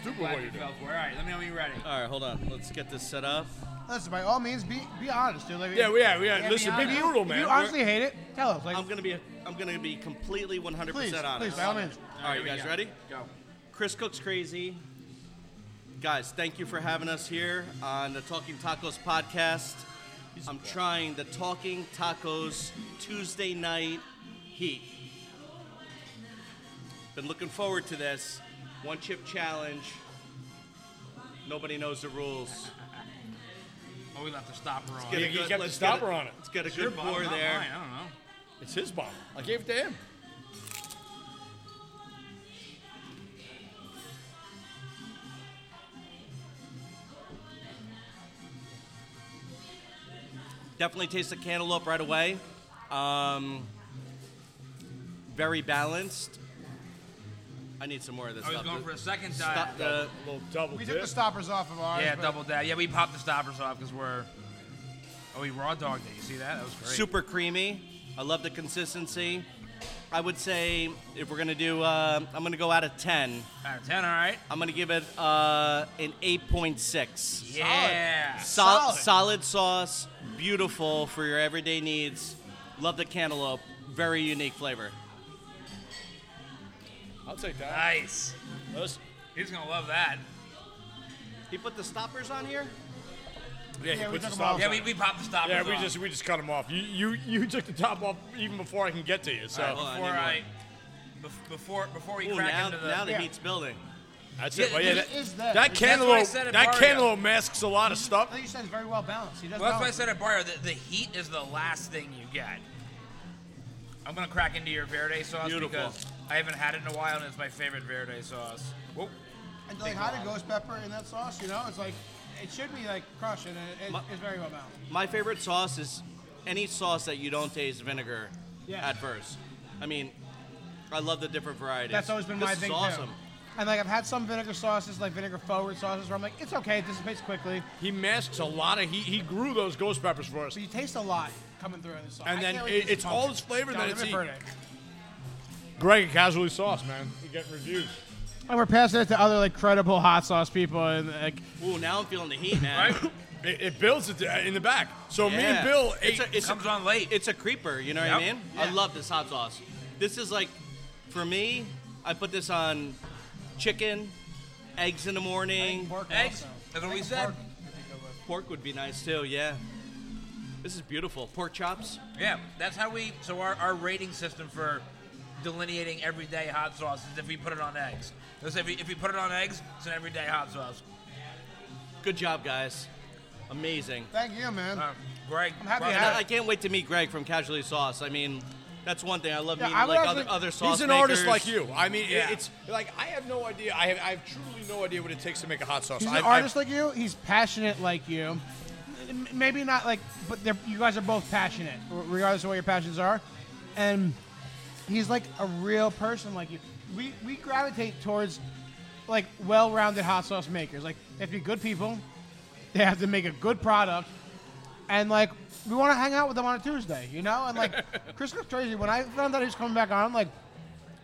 Speaker 4: Stupid
Speaker 2: Glad
Speaker 4: what
Speaker 2: you
Speaker 4: you're doing.
Speaker 2: fell for it. All right, let me know when you're ready.
Speaker 5: All right, hold on. Let's get this set up.
Speaker 3: Listen, by all means, be be honest, dude. Like,
Speaker 4: Yeah, we yeah, yeah.
Speaker 3: if
Speaker 4: Listen, be
Speaker 3: you-
Speaker 4: brutal,
Speaker 3: if
Speaker 4: man.
Speaker 3: You honestly hate it? Tell us. Like,
Speaker 5: I'm gonna be I'm gonna be completely 100
Speaker 3: please,
Speaker 5: percent honest.
Speaker 3: please, by all means.
Speaker 5: All right, you guys ready?
Speaker 2: Go.
Speaker 5: Chris Cook's crazy. Guys, thank you for having us here on the Talking Tacos podcast. I'm trying the Talking Tacos Tuesday night heat. Been looking forward to this one chip challenge. Nobody knows the rules.
Speaker 2: Oh, we left the stopper on.
Speaker 5: Get a
Speaker 4: You- you
Speaker 5: good-
Speaker 4: kept the
Speaker 5: let's
Speaker 4: stopper
Speaker 5: get a-
Speaker 4: on it.
Speaker 5: Let's get a
Speaker 2: Your
Speaker 5: good
Speaker 2: bottle,
Speaker 5: pour
Speaker 2: not
Speaker 5: there.
Speaker 2: mine, I don't know. Oh,
Speaker 4: It's his bottle. I gave it to him.
Speaker 5: Definitely taste the cantaloupe right away. Um, very balanced. I need some more of this
Speaker 2: I was
Speaker 5: stuff. uh,
Speaker 2: going for a second dive.
Speaker 5: Stop the-
Speaker 4: little double
Speaker 3: We
Speaker 4: dip.
Speaker 3: took the stoppers off of ours.
Speaker 2: Yeah,
Speaker 3: but
Speaker 2: double dab. Yeah, we popped the stoppers off because we're. Oh, we raw dogged it. You see that? That was great.
Speaker 5: super creamy. I love the consistency. I would say if we're gonna do, uh, I'm gonna go out of ten.
Speaker 2: Out of 10, all right.
Speaker 5: I'm gonna give it uh, an 8.6.
Speaker 2: Yeah.
Speaker 5: Sol-
Speaker 3: Solid.
Speaker 5: solid sauce, beautiful for your everyday needs. Love the cantaloupe, very unique flavor.
Speaker 4: I'll take that.
Speaker 2: Nice.
Speaker 4: Listen.
Speaker 2: He's going to love that.
Speaker 5: He put the stoppers on here.
Speaker 4: Yeah, he
Speaker 3: Yeah, we
Speaker 4: put the
Speaker 3: took 'em off.
Speaker 4: stops
Speaker 2: Yeah,
Speaker 4: on
Speaker 2: we,
Speaker 4: it.
Speaker 2: we popped the stoppers
Speaker 4: Yeah, we
Speaker 2: off.
Speaker 4: just we just cut him off. You you you took the top off even before I can get to you. So
Speaker 5: All right, hold on.
Speaker 2: Before
Speaker 5: I
Speaker 2: I.
Speaker 5: need
Speaker 2: bef- Before, before we
Speaker 5: Ooh,
Speaker 2: crack
Speaker 5: now,
Speaker 2: into the.
Speaker 5: now the
Speaker 3: Yeah.
Speaker 5: heat's building.
Speaker 4: that's
Speaker 2: Yeah,
Speaker 4: it. Well, yeah,
Speaker 3: it
Speaker 4: that,
Speaker 3: is
Speaker 4: that
Speaker 3: that. That's why I
Speaker 4: cantaloupe
Speaker 2: said at
Speaker 4: that
Speaker 2: Barrio.
Speaker 4: cantaloupe masks a lot of
Speaker 3: I
Speaker 4: stuff.
Speaker 3: think you said it's very well balanced. He does
Speaker 2: Well, that's why I
Speaker 5: Oh.
Speaker 3: balance.
Speaker 2: said at Barrio, the, the heat is the last thing you get. I'm gonna crack into your Verde sauce
Speaker 5: Beautiful.
Speaker 2: because I haven't had it in a while, and it's my favorite Verde sauce. Whoa.
Speaker 3: And like how the ghost pepper in that sauce, you know, it's like it should be like crushed, and it, it,
Speaker 5: My-
Speaker 3: it's very well balanced.
Speaker 5: My favorite sauce is any sauce that you don't taste vinegar
Speaker 3: Yeah.
Speaker 5: at first. I mean, I love the different varieties.
Speaker 3: That's always been
Speaker 5: this
Speaker 3: my
Speaker 5: is
Speaker 3: thing
Speaker 5: awesome.
Speaker 3: too. And like I've had some vinegar sauces, like vinegar forward sauces, where I'm like, it's okay, it dissipates quickly,
Speaker 4: He masks a lot of. He he grew those ghost peppers for us.
Speaker 3: but you taste a lot coming through in this sauce.
Speaker 4: And
Speaker 3: I
Speaker 4: then
Speaker 3: can't
Speaker 4: it-
Speaker 3: wait to taste
Speaker 4: it's
Speaker 3: pumpkin.
Speaker 4: all this flavor
Speaker 3: Down
Speaker 4: that
Speaker 3: in
Speaker 4: it's
Speaker 3: Verde.
Speaker 4: Greg casually sauce, man. We getting reviews.
Speaker 3: And we're passing it to other like credible hot sauce people, and like
Speaker 5: Ooh, now I'm feeling the heat, man.
Speaker 2: Right?
Speaker 4: It, it builds it in the back. So me
Speaker 5: Yeah.
Speaker 4: and Bill ate.
Speaker 5: it's a, it's,
Speaker 2: Comes
Speaker 5: a,
Speaker 2: on late.
Speaker 5: it's a creeper, you know what I
Speaker 2: Yep.
Speaker 5: mean? I love this hot sauce. This is like, for me, I put this on chicken, eggs in the morning.
Speaker 3: pork
Speaker 2: Eggs.
Speaker 3: also.
Speaker 2: That's what we
Speaker 3: Like
Speaker 2: said.
Speaker 3: pork would be good with.
Speaker 5: Pork would be nice too, yeah. This is beautiful. Pork chops.
Speaker 2: Yeah, that's how we. So our, our rating system for delineating everyday hot sauce is if we put it on eggs. Let's say if we, if we put it on eggs, it's an everyday hot sauce.
Speaker 5: Good job, guys. Amazing.
Speaker 3: Thank you, man.
Speaker 2: Uh, Greg,
Speaker 3: I'm happy to
Speaker 2: love
Speaker 5: And I,
Speaker 3: have
Speaker 5: I can't wait to meet Greg from Casually Sauce. I mean, that's one thing I love
Speaker 3: Yeah,
Speaker 5: meeting
Speaker 3: I would
Speaker 5: like
Speaker 3: actually-
Speaker 5: other, other sauce
Speaker 4: He's an
Speaker 5: makers.
Speaker 4: artist like you. I mean, it-
Speaker 2: Yeah.
Speaker 4: it's like I have no idea. I have, I have truly no idea what it takes to make a hot sauce.
Speaker 3: He's
Speaker 4: I,
Speaker 3: an artist like you. He's passionate like you. M- Maybe not like, but they're, you guys are both passionate, r- regardless of what your passions are. And he's like a real person like you. We we gravitate towards like well-rounded hot sauce makers. Like they have to be good people. They have to make a good product, and like we want to hang out with them on a Tuesday, you know. And like Chris was crazy when I found out he was coming back on. I'm like.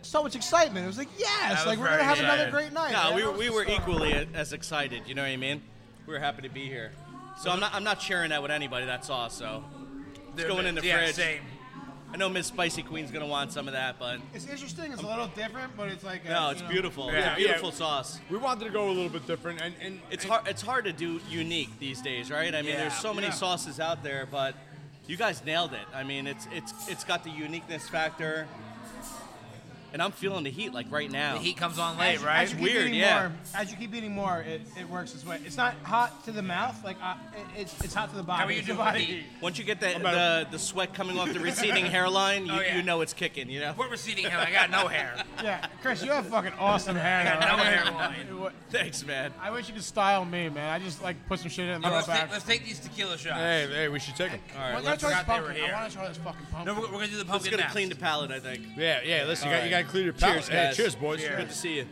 Speaker 3: So much excitement! It was like, yes,
Speaker 2: was
Speaker 3: like we're
Speaker 2: very
Speaker 3: gonna have another
Speaker 2: excited.
Speaker 3: great night.
Speaker 5: No,
Speaker 3: man.
Speaker 5: we
Speaker 3: That
Speaker 5: were,
Speaker 3: was
Speaker 5: we
Speaker 3: the
Speaker 5: were
Speaker 3: stuff.
Speaker 5: equally a- as excited. You know what I mean? We were happy to be here. So I'm not I'm not sharing that with anybody. That's all. So
Speaker 2: They're-
Speaker 5: going in the
Speaker 2: yeah,
Speaker 5: fridge.
Speaker 2: Same.
Speaker 5: I know Miss Spicy Queen's gonna want some of that, but
Speaker 3: It's interesting. It's a little different, but it's like a,
Speaker 5: no, it's
Speaker 3: you know-
Speaker 5: beautiful.
Speaker 4: Yeah,
Speaker 5: it's a beautiful
Speaker 4: yeah.
Speaker 5: sauce.
Speaker 4: We wanted to go a little bit different, and, and
Speaker 5: It's
Speaker 4: and-
Speaker 5: hard it's hard to do unique these days, right? I mean,
Speaker 2: Yeah,
Speaker 5: there's so many
Speaker 3: yeah.
Speaker 5: sauces out there, but you guys nailed it. I mean, it's it's it's got the uniqueness factor, and I'm feeling the heat like right now.
Speaker 2: The heat comes on
Speaker 3: As
Speaker 2: late,
Speaker 3: you-
Speaker 2: right?
Speaker 3: As you keep
Speaker 5: Weird,
Speaker 3: eating
Speaker 5: yeah.
Speaker 3: More, as you keep eating more, it, it works its way. It's not hot to the mouth, like uh, it, it's it's hot to the body.
Speaker 2: How are you
Speaker 3: It's the
Speaker 2: doing?
Speaker 3: body
Speaker 2: with heat?
Speaker 5: Once you get the,
Speaker 4: about
Speaker 5: the the sweat coming off the receding hairline, you,
Speaker 2: Oh, yeah.
Speaker 5: you know it's kicking. You know.
Speaker 2: We're receding him. I got no hair.
Speaker 3: Yeah, Chris, you have fucking awesome hair.
Speaker 2: I got
Speaker 3: though.
Speaker 2: no
Speaker 3: I mean,
Speaker 2: hairline.
Speaker 3: what-
Speaker 5: Thanks, man.
Speaker 3: I wish you could style me, man. I just like put some shit in the
Speaker 2: Let's
Speaker 3: back.
Speaker 2: take, let's take these tequila shots.
Speaker 4: Hey, hey, we should take them.
Speaker 5: All right,
Speaker 3: Well, let's
Speaker 5: let's,
Speaker 3: try this
Speaker 2: forgot they were
Speaker 3: pumpkin. I
Speaker 2: here.
Speaker 3: want to try this fucking
Speaker 2: No,
Speaker 3: pumpkin.
Speaker 2: we're, we're gonna do the
Speaker 5: let's
Speaker 2: pumpkin.
Speaker 5: gonna
Speaker 2: next.
Speaker 5: clean the palate. I think.
Speaker 4: Yeah, yeah. Listen, you,
Speaker 5: All
Speaker 4: got, you
Speaker 5: right.
Speaker 4: got to clear your palate.
Speaker 5: Cheers,
Speaker 4: Hey,
Speaker 5: guys.
Speaker 4: cheers, boys.
Speaker 5: Good to see you.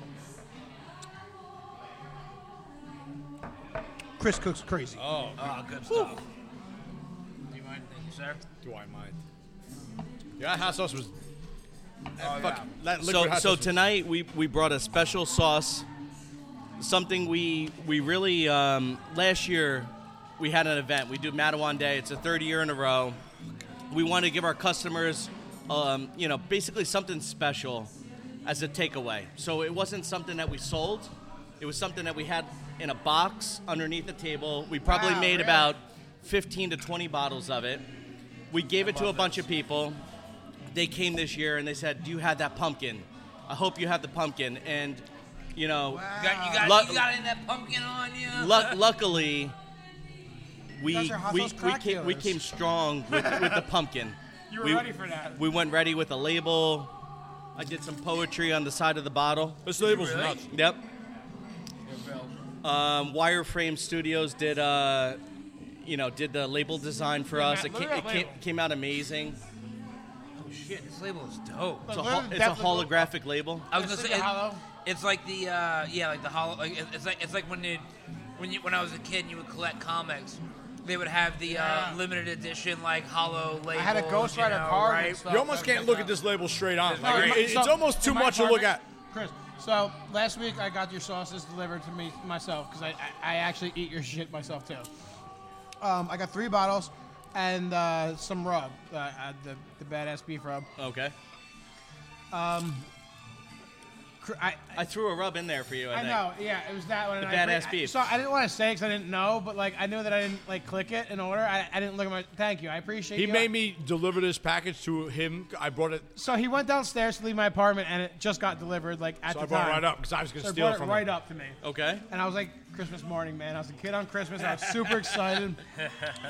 Speaker 3: Chris cooks crazy.
Speaker 2: Oh, good stuff. Do you mind? Thank you, sir.
Speaker 4: Do I mind? Yeah, hot sauce was.
Speaker 2: Oh,
Speaker 4: fuck, that liquid
Speaker 5: So,
Speaker 4: hot
Speaker 5: so
Speaker 4: sauce was-
Speaker 5: tonight we, we brought a special sauce, something we we really um, last year we had an event. We do Mattawan Day. It's the third year in a row. We want to give our customers, um, you know, basically something special as a takeaway. So it wasn't something that we sold. It was something that we had in a box underneath the table. We probably
Speaker 3: Wow,
Speaker 5: made
Speaker 3: really?
Speaker 5: about 15 to 20 bottles of it. We gave it to a bunch of people they came this year and they said, "Do you have that pumpkin? I hope you have the pumpkin." And you know,
Speaker 2: You got, you, got,
Speaker 5: Luck-
Speaker 2: you got in that pumpkin on you.
Speaker 5: luck- luckily, we
Speaker 3: guys are hot
Speaker 5: we,
Speaker 3: sauce
Speaker 5: we
Speaker 3: crack
Speaker 5: came we
Speaker 3: dealers.
Speaker 5: came strong with, with the pumpkin.
Speaker 3: you were
Speaker 5: we,
Speaker 3: ready for that.
Speaker 5: We went ready with a label. I did some poetry on the side of the bottle.
Speaker 4: This label's
Speaker 2: Really?
Speaker 4: nuts.
Speaker 5: Yep. Um, Wireframe Studios did, uh, you know, did the label design for us. It,
Speaker 3: look
Speaker 5: came,
Speaker 3: at
Speaker 5: it
Speaker 3: that
Speaker 5: came,
Speaker 3: label.
Speaker 5: came out amazing.
Speaker 2: Oh, shit, this label is dope.
Speaker 5: It's a,
Speaker 3: Look
Speaker 5: hol-
Speaker 3: at
Speaker 5: it's
Speaker 3: that
Speaker 5: a
Speaker 3: little-
Speaker 5: holographic label.
Speaker 2: I was
Speaker 3: It's
Speaker 2: gonna
Speaker 3: like
Speaker 2: say
Speaker 3: a hollow.
Speaker 2: It's like the uh, yeah, like the hollow. Like, it- it's like it's like when it, when you when I was a kid, and you would collect comics. They would have the
Speaker 3: Yeah.
Speaker 2: uh, limited edition like hollow labels.
Speaker 3: I had a Ghost
Speaker 2: you
Speaker 3: Rider
Speaker 2: know,
Speaker 3: card. and
Speaker 2: right?
Speaker 3: stuff.
Speaker 4: You almost can't look at this label straight on. Like,
Speaker 2: Right.
Speaker 4: it- it's
Speaker 3: So,
Speaker 4: almost too
Speaker 3: in my
Speaker 4: much to look at.
Speaker 3: apartment- Chris, so last week I got your sauces delivered to me myself because I, I, I actually eat your shit myself too. Um, I got three bottles and uh, some rub, uh, uh, the, the badass beef rub.
Speaker 5: Okay.
Speaker 3: Cr- I,
Speaker 5: I threw a rub in there for you. I,
Speaker 3: I
Speaker 5: think.
Speaker 3: know, yeah, it was that one. and I-
Speaker 5: badass
Speaker 3: I-
Speaker 5: beef.
Speaker 3: So I didn't want to say because I didn't know, but like I knew that I didn't like click it in order. I, I didn't look at my. Thank you, I appreciate.
Speaker 4: He
Speaker 3: you.
Speaker 4: made me deliver this package to him. I brought it.
Speaker 3: So he went downstairs to leave my apartment, and it just got delivered like at
Speaker 4: So
Speaker 3: the
Speaker 4: I brought it
Speaker 3: time.
Speaker 4: right up because I was going to
Speaker 3: So I
Speaker 4: steal
Speaker 3: brought
Speaker 4: it
Speaker 3: it
Speaker 4: from
Speaker 3: right
Speaker 4: him.
Speaker 3: up to me.
Speaker 5: Okay.
Speaker 3: And I was like, Christmas morning, man. I was a kid on Christmas. I was super excited.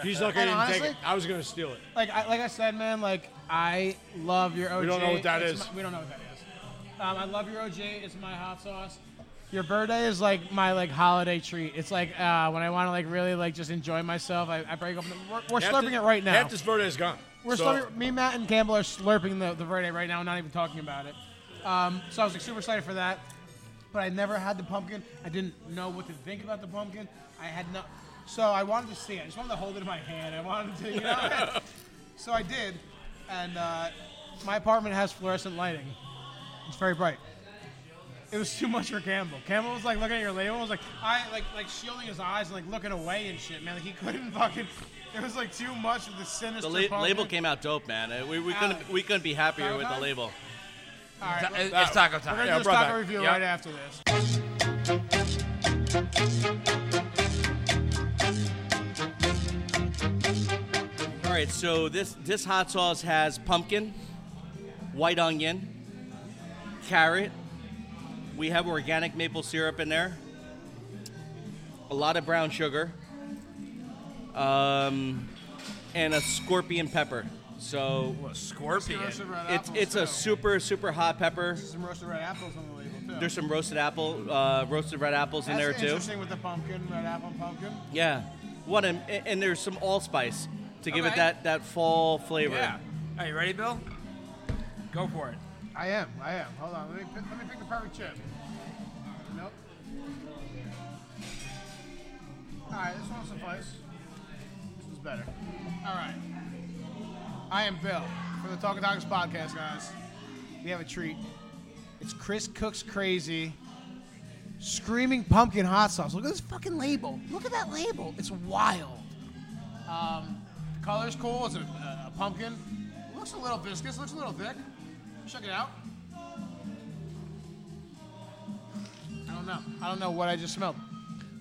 Speaker 4: He's lucky he
Speaker 3: And
Speaker 4: didn't take it.
Speaker 3: honestly-
Speaker 4: I was going to steal it.
Speaker 3: Like I, like I said, man, like I love your OJ.
Speaker 4: We don't know what that
Speaker 3: that is.
Speaker 4: is.
Speaker 3: we don't know what that is. Um, I love your OJ. It's my hot sauce. Your birthday is like my like holiday treat. It's like uh, when I want to like really like just enjoy myself. I, I break up. We're, we're
Speaker 4: Half
Speaker 3: slurping
Speaker 4: the-
Speaker 3: it right now.
Speaker 4: Half this Verde is gone.
Speaker 3: We're
Speaker 4: So,
Speaker 3: slurping. Me, Matt, and Campbell are slurping the, the verde right now. Not even talking about it. Um, so I was like super excited for that, but I never had the pumpkin. I didn't know what to think about the pumpkin. I had no. So I wanted to see it. I just wanted to hold it in my hand. I wanted to, you know. so I did, and uh, my apartment has fluorescent lighting. It's very bright. It was too much for Campbell. Campbell was like looking at your label. and Was like I like like shielding his eyes and like looking away and shit, man. Like he couldn't fucking. It was like too much of the sinister.
Speaker 5: The la- label
Speaker 3: pumpkin.
Speaker 5: came out dope, man. Uh, We, we couldn't we couldn't be happier with the
Speaker 3: Valentine?
Speaker 5: label.
Speaker 3: All right,
Speaker 2: It's,
Speaker 4: That-
Speaker 2: it's taco
Speaker 3: we're
Speaker 2: time.
Speaker 3: gonna
Speaker 4: Yeah,
Speaker 3: do a
Speaker 4: brought
Speaker 3: stock
Speaker 4: back.
Speaker 3: review
Speaker 4: Yep.
Speaker 3: right after this.
Speaker 5: All right, so this this hot sauce has pumpkin, white onion, carrot. We have organic maple syrup in there. A lot of brown sugar. Um, and a scorpion pepper. So
Speaker 2: Scorpion.
Speaker 3: Roasted red
Speaker 5: it's
Speaker 3: apples,
Speaker 5: it's a
Speaker 3: too.
Speaker 5: super super hot pepper.
Speaker 3: Some roasted red apples on the label too.
Speaker 5: There's some roasted apple, uh, roasted red apples in
Speaker 3: That's
Speaker 5: there too.
Speaker 3: Interesting with the pumpkin, red apple pumpkin.
Speaker 5: Yeah. What a, and and there's some allspice to give
Speaker 2: Okay.
Speaker 5: it that, that fall flavor.
Speaker 2: Yeah. Are you ready, Bill? Go for it.
Speaker 3: I am. I am. Hold on. Let me pick, let me pick the perfect chip. Nope. All right, this one'll suffice. This one's better. All right. I am Bill from the Talking Dogs podcast, guys. We have a treat. It's Chris Cook's Crazy Screaming Pumpkin Hot Sauce. Look at this fucking label. Look at that label. It's wild. Um, the color's cool. It's a, a pumpkin. Looks a little viscous. Looks a little thick. Check it out. I don't know. I don't know what I just smelled.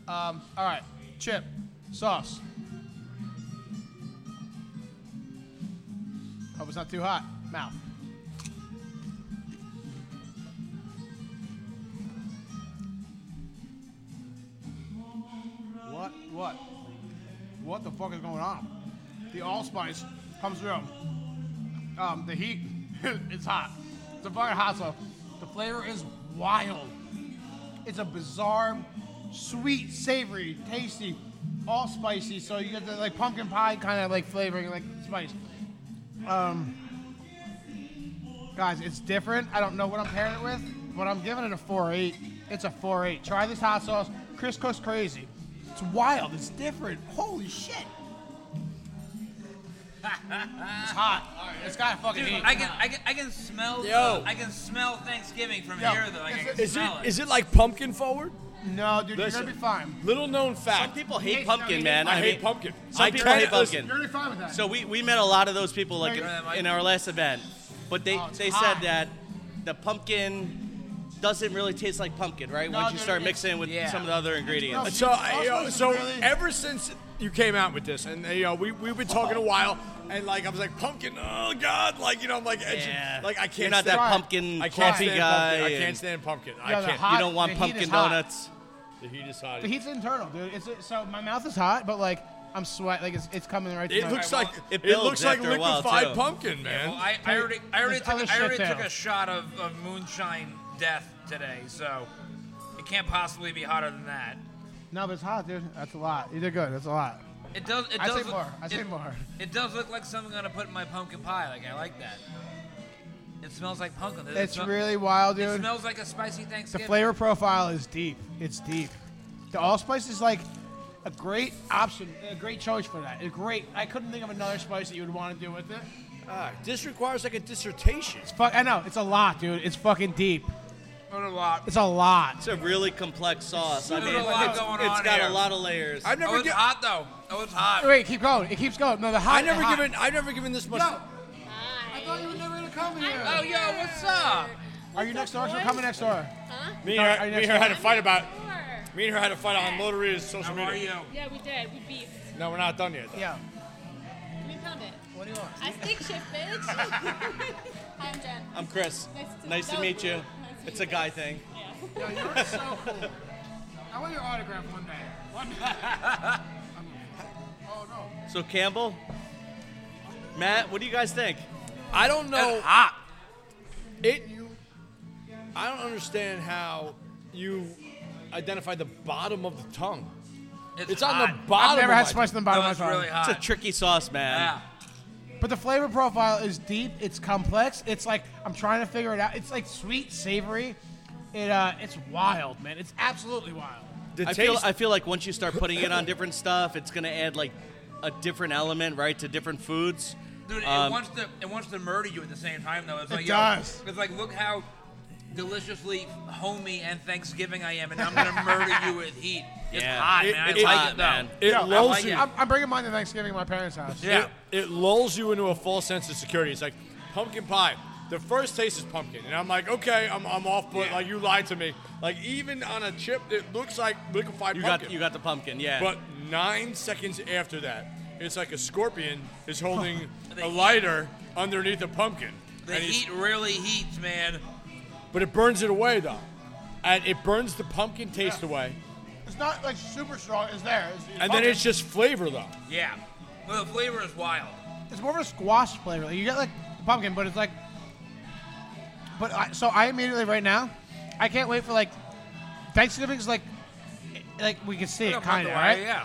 Speaker 3: Um, all right, chip, sauce. Hope it's not too hot. Mouth. What? What? What the fuck is going on? The allspice comes through. Um, the heat is hot. It's a fucking hot sauce. The flavor is wild. It's a bizarre, sweet, savory, tasty, all spicy. So you get the like pumpkin pie kind of like flavoring, like spice. Um, Guys, it's different. I don't know what I'm pairing it with, but I'm giving it a 4.8. It's a 4.8. Try this hot sauce. Chris cooks crazy. It's wild. It's different. Holy shit. it's hot. It's got fucking
Speaker 2: Dude,
Speaker 3: heat.
Speaker 2: I can, I can, I can smell.
Speaker 4: Yo.
Speaker 2: I can smell Thanksgiving from
Speaker 3: Yo.
Speaker 2: here, though. Like, I can
Speaker 4: Is it
Speaker 2: smell
Speaker 4: is it like pumpkin forward?
Speaker 3: no, dude,
Speaker 4: Listen.
Speaker 3: you're gonna be fine.
Speaker 4: Little known
Speaker 5: Some
Speaker 4: fact.
Speaker 5: people
Speaker 3: Hey,
Speaker 5: hate
Speaker 3: no,
Speaker 5: pumpkin, man.
Speaker 4: I hate
Speaker 5: mean,
Speaker 4: pumpkin.
Speaker 5: Some
Speaker 4: I
Speaker 5: people
Speaker 4: can't
Speaker 5: hate
Speaker 4: listen.
Speaker 5: pumpkin.
Speaker 3: You're gonna be fine with that.
Speaker 5: So we, we met a lot of those people like
Speaker 3: Thank you.
Speaker 5: in, in our last event, but they,
Speaker 3: Oh, it's
Speaker 5: they
Speaker 3: hot.
Speaker 5: said that the pumpkin doesn't really taste like pumpkin, right?
Speaker 3: No,
Speaker 5: Once you
Speaker 3: dude,
Speaker 5: start
Speaker 3: it's-
Speaker 5: mixing it with
Speaker 2: yeah.
Speaker 5: some of the other ingredients.
Speaker 3: no-
Speaker 4: So, I, you know,
Speaker 3: Osmosis
Speaker 4: so
Speaker 3: really-
Speaker 4: ever since you came out with this, and you know, we we've been talking a while, and like I was like pumpkin, oh god, like you know, I'm like, edgy.
Speaker 5: Yeah.
Speaker 4: like I can't.
Speaker 5: You're not
Speaker 4: stand,
Speaker 5: that pumpkin
Speaker 4: I can't
Speaker 5: coffee
Speaker 4: stand
Speaker 5: guy.
Speaker 4: Pumpkin. I
Speaker 5: and
Speaker 4: can't stand pumpkin.
Speaker 3: Yeah,
Speaker 4: I
Speaker 3: the
Speaker 4: can't.
Speaker 3: hot-
Speaker 5: you don't
Speaker 3: The
Speaker 5: want
Speaker 3: heat is
Speaker 5: pumpkin
Speaker 3: hot.
Speaker 5: donuts.
Speaker 4: The heat is hot.
Speaker 3: the heat's internal, dude. It's so my mouth is hot, but like I'm sweat. Like it's, it's coming right. to
Speaker 4: It
Speaker 3: my-
Speaker 4: looks
Speaker 2: well,
Speaker 4: like
Speaker 5: it
Speaker 4: it,
Speaker 5: builds
Speaker 4: looks like
Speaker 5: after a while,
Speaker 4: liquefied
Speaker 5: too.
Speaker 4: pumpkin,
Speaker 2: Well,
Speaker 4: man.
Speaker 2: I, I already, I already,
Speaker 3: There's
Speaker 2: took,
Speaker 3: other
Speaker 2: I already
Speaker 3: shit
Speaker 2: took
Speaker 3: down.
Speaker 2: a shot of, of moonshine death today, so it can't possibly be hotter than that.
Speaker 3: No, but it's hot, dude. That's a lot. You did good. That's a lot.
Speaker 2: It does. It
Speaker 3: I
Speaker 2: does
Speaker 3: say
Speaker 2: look,
Speaker 3: more. I say
Speaker 2: it-
Speaker 3: more.
Speaker 2: It does look like something I'm gonna put in my pumpkin pie. Like I like that. It smells like pumpkin. It
Speaker 3: It's
Speaker 2: smel-
Speaker 3: really wild,
Speaker 2: It
Speaker 3: dude.
Speaker 2: smells like a spicy
Speaker 3: The
Speaker 2: Thanksgiving.
Speaker 3: flavor profile is deep. It's deep. The allspice is like a great option, a great choice for that. A great. I couldn't think of another spice that you would want to do with it.
Speaker 4: this requires like a dissertation.
Speaker 3: It's fuck. I know. It's a lot, dude. It's fucking deep.
Speaker 2: Not a lot.
Speaker 3: It's a lot.
Speaker 5: It's a really complex sauce. I
Speaker 2: There's
Speaker 5: mean,
Speaker 2: a lot
Speaker 5: it's-
Speaker 2: going
Speaker 5: it's
Speaker 2: on
Speaker 5: got
Speaker 2: here.
Speaker 5: a lot of layers.
Speaker 4: I've
Speaker 2: Oh,
Speaker 4: never,
Speaker 2: it's
Speaker 4: gi-
Speaker 2: hot though. Oh, it's hot.
Speaker 3: Wait, keep going. It keeps going. No, the hot.
Speaker 4: I never
Speaker 3: the hot.
Speaker 4: given, I never given this much.
Speaker 3: No. I thought you were never gonna come here.
Speaker 2: Oh, yo, what's up?
Speaker 3: Are you next door? We're coming next door.
Speaker 7: Huh?
Speaker 4: Me
Speaker 3: No, I
Speaker 4: and her, me
Speaker 3: never-
Speaker 4: and her had a fight about.
Speaker 7: Sure.
Speaker 4: Me and her had a fight on Lotaria's social
Speaker 2: How are
Speaker 4: media.
Speaker 2: you?
Speaker 7: Yeah, we did. We beefed.
Speaker 4: No, we're not done yet. though.
Speaker 3: Yeah.
Speaker 7: We pound it.
Speaker 3: What do you want?
Speaker 7: I stick shift, bitch. Hi, I'm Jen.
Speaker 5: I'm Chris.
Speaker 7: Nice to-
Speaker 5: Nice to
Speaker 7: that
Speaker 5: meet
Speaker 7: was-
Speaker 5: you.
Speaker 7: nice to
Speaker 5: It's a
Speaker 7: meet you.
Speaker 5: guy thing.
Speaker 7: Yeah.
Speaker 3: Yo, you're so cool. I want your autograph one day. One day. oh no.
Speaker 5: So Campbell, Matt, what do you guys think?
Speaker 4: I don't know.
Speaker 2: It's hot.
Speaker 4: It. I don't understand how you identify the bottom of the tongue.
Speaker 2: It's,
Speaker 4: It's on
Speaker 2: hot.
Speaker 4: the bottom.
Speaker 3: I've never
Speaker 4: of
Speaker 3: had
Speaker 4: my
Speaker 3: spice in the
Speaker 2: No,
Speaker 3: bottom
Speaker 2: it's
Speaker 3: of my tongue.
Speaker 2: really
Speaker 5: It's
Speaker 2: hot.
Speaker 5: a tricky sauce, man.
Speaker 2: Uh, yeah.
Speaker 3: But the flavor profile is deep. It's complex. It's like I'm trying to figure it out. It's like sweet, savory. It uh, it's wild, man. It's absolutely wild.
Speaker 4: The
Speaker 5: I
Speaker 4: taste.
Speaker 5: feel I feel like once you start putting it on different stuff, it's gonna add like a different element, right, to different foods.
Speaker 2: Dude, it
Speaker 5: Um,
Speaker 2: wants to it wants to murder you at the same time though. It's
Speaker 3: It
Speaker 2: like
Speaker 3: does.
Speaker 2: Yo, it's like look how deliciously homey and Thanksgiving I am, and I'm gonna murder you with heat. It's
Speaker 5: Yeah.
Speaker 2: hot,
Speaker 4: It-
Speaker 2: man.
Speaker 4: it's
Speaker 2: I like
Speaker 5: hot,
Speaker 2: it though.
Speaker 5: man.
Speaker 4: it
Speaker 3: Yo,
Speaker 4: lulls
Speaker 2: like
Speaker 4: you.
Speaker 2: it.
Speaker 3: I'm, I'm bringing mine to Thanksgiving at my parents' house.
Speaker 2: Yeah.
Speaker 4: It, it lulls you into a false sense of security. It's like pumpkin pie. The first taste is pumpkin, and I'm like, okay, I'm, I'm off, but
Speaker 2: Yeah.
Speaker 4: like you lied to me. Like even on a chip, it looks like liquefied
Speaker 5: You
Speaker 4: pumpkin.
Speaker 5: got you got the pumpkin, yeah.
Speaker 4: But nine seconds after that, it's like a scorpion is holding
Speaker 2: The
Speaker 4: a
Speaker 2: heat.
Speaker 4: lighter underneath a pumpkin.
Speaker 2: The
Speaker 4: and he's-
Speaker 2: heat really heats, man.
Speaker 4: But it burns it away though. And it burns the pumpkin taste away.
Speaker 3: It's not like super strong. It's there. It's,
Speaker 4: And then it's just flavor though.
Speaker 2: Yeah. Well, the flavor is wild.
Speaker 3: It's more of a squash flavor. Like, you get like pumpkin, but it's like. But I, so I immediately right now, I can't wait for like Thanksgiving's like, like we can see it kind of right.
Speaker 2: Yeah.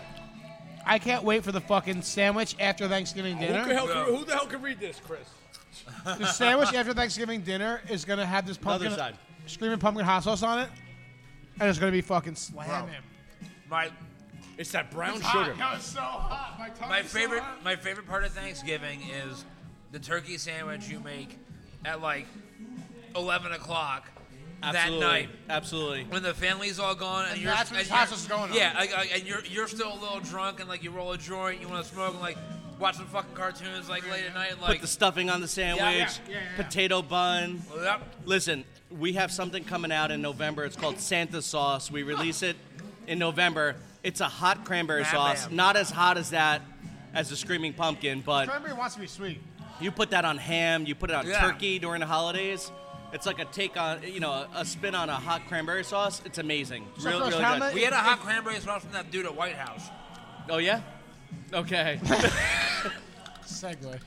Speaker 3: I can't wait for the fucking sandwich after Thanksgiving
Speaker 4: Who,
Speaker 3: dinner.
Speaker 4: the hell can,
Speaker 2: Yeah.
Speaker 4: who the hell can read this, Chris?
Speaker 3: The sandwich after Thanksgiving dinner is gonna have this
Speaker 5: Another
Speaker 3: pumpkin,
Speaker 5: side.
Speaker 3: screaming pumpkin hot sauce on it, and it's gonna be fucking slamming.
Speaker 2: My
Speaker 4: It's that brown sugar.
Speaker 3: it's so hot. My, tongue
Speaker 2: my favorite my favorite part of Thanksgiving is the turkey sandwich you make at like eleven o'clock
Speaker 5: Absolutely.
Speaker 2: that night
Speaker 5: Absolutely.
Speaker 2: when the family's all gone and,
Speaker 3: And
Speaker 2: you're
Speaker 3: that's when
Speaker 2: and
Speaker 3: the hot
Speaker 2: you're-
Speaker 3: sauce is going on.
Speaker 2: Yeah, like, like, and you're you're still a little drunk and like you roll a joint, you want to smoke and like watch some fucking cartoons like late at night,
Speaker 5: Put
Speaker 2: like
Speaker 5: the stuffing on the sandwich,
Speaker 3: yeah, yeah.
Speaker 5: potato bun.
Speaker 2: Yep.
Speaker 5: Listen, we have something coming out in November. It's called Santa Sauce. We release it in November. It's a hot cranberry
Speaker 2: Bam,
Speaker 5: sauce.
Speaker 2: bam.
Speaker 5: Not as hot as that as the screaming pumpkin, but
Speaker 3: Cranberry wants to be sweet.
Speaker 5: you put that on ham, you put it on
Speaker 2: Yeah.
Speaker 5: turkey during the holidays. It's like a take on, you know, a spin on a hot cranberry sauce. It's amazing.
Speaker 3: So
Speaker 5: Real,
Speaker 3: Chris,
Speaker 5: really
Speaker 3: how
Speaker 5: good.
Speaker 3: many-
Speaker 2: we had a hot cranberry sauce from that dude at White House.
Speaker 5: Oh yeah. Okay.
Speaker 3: Segue.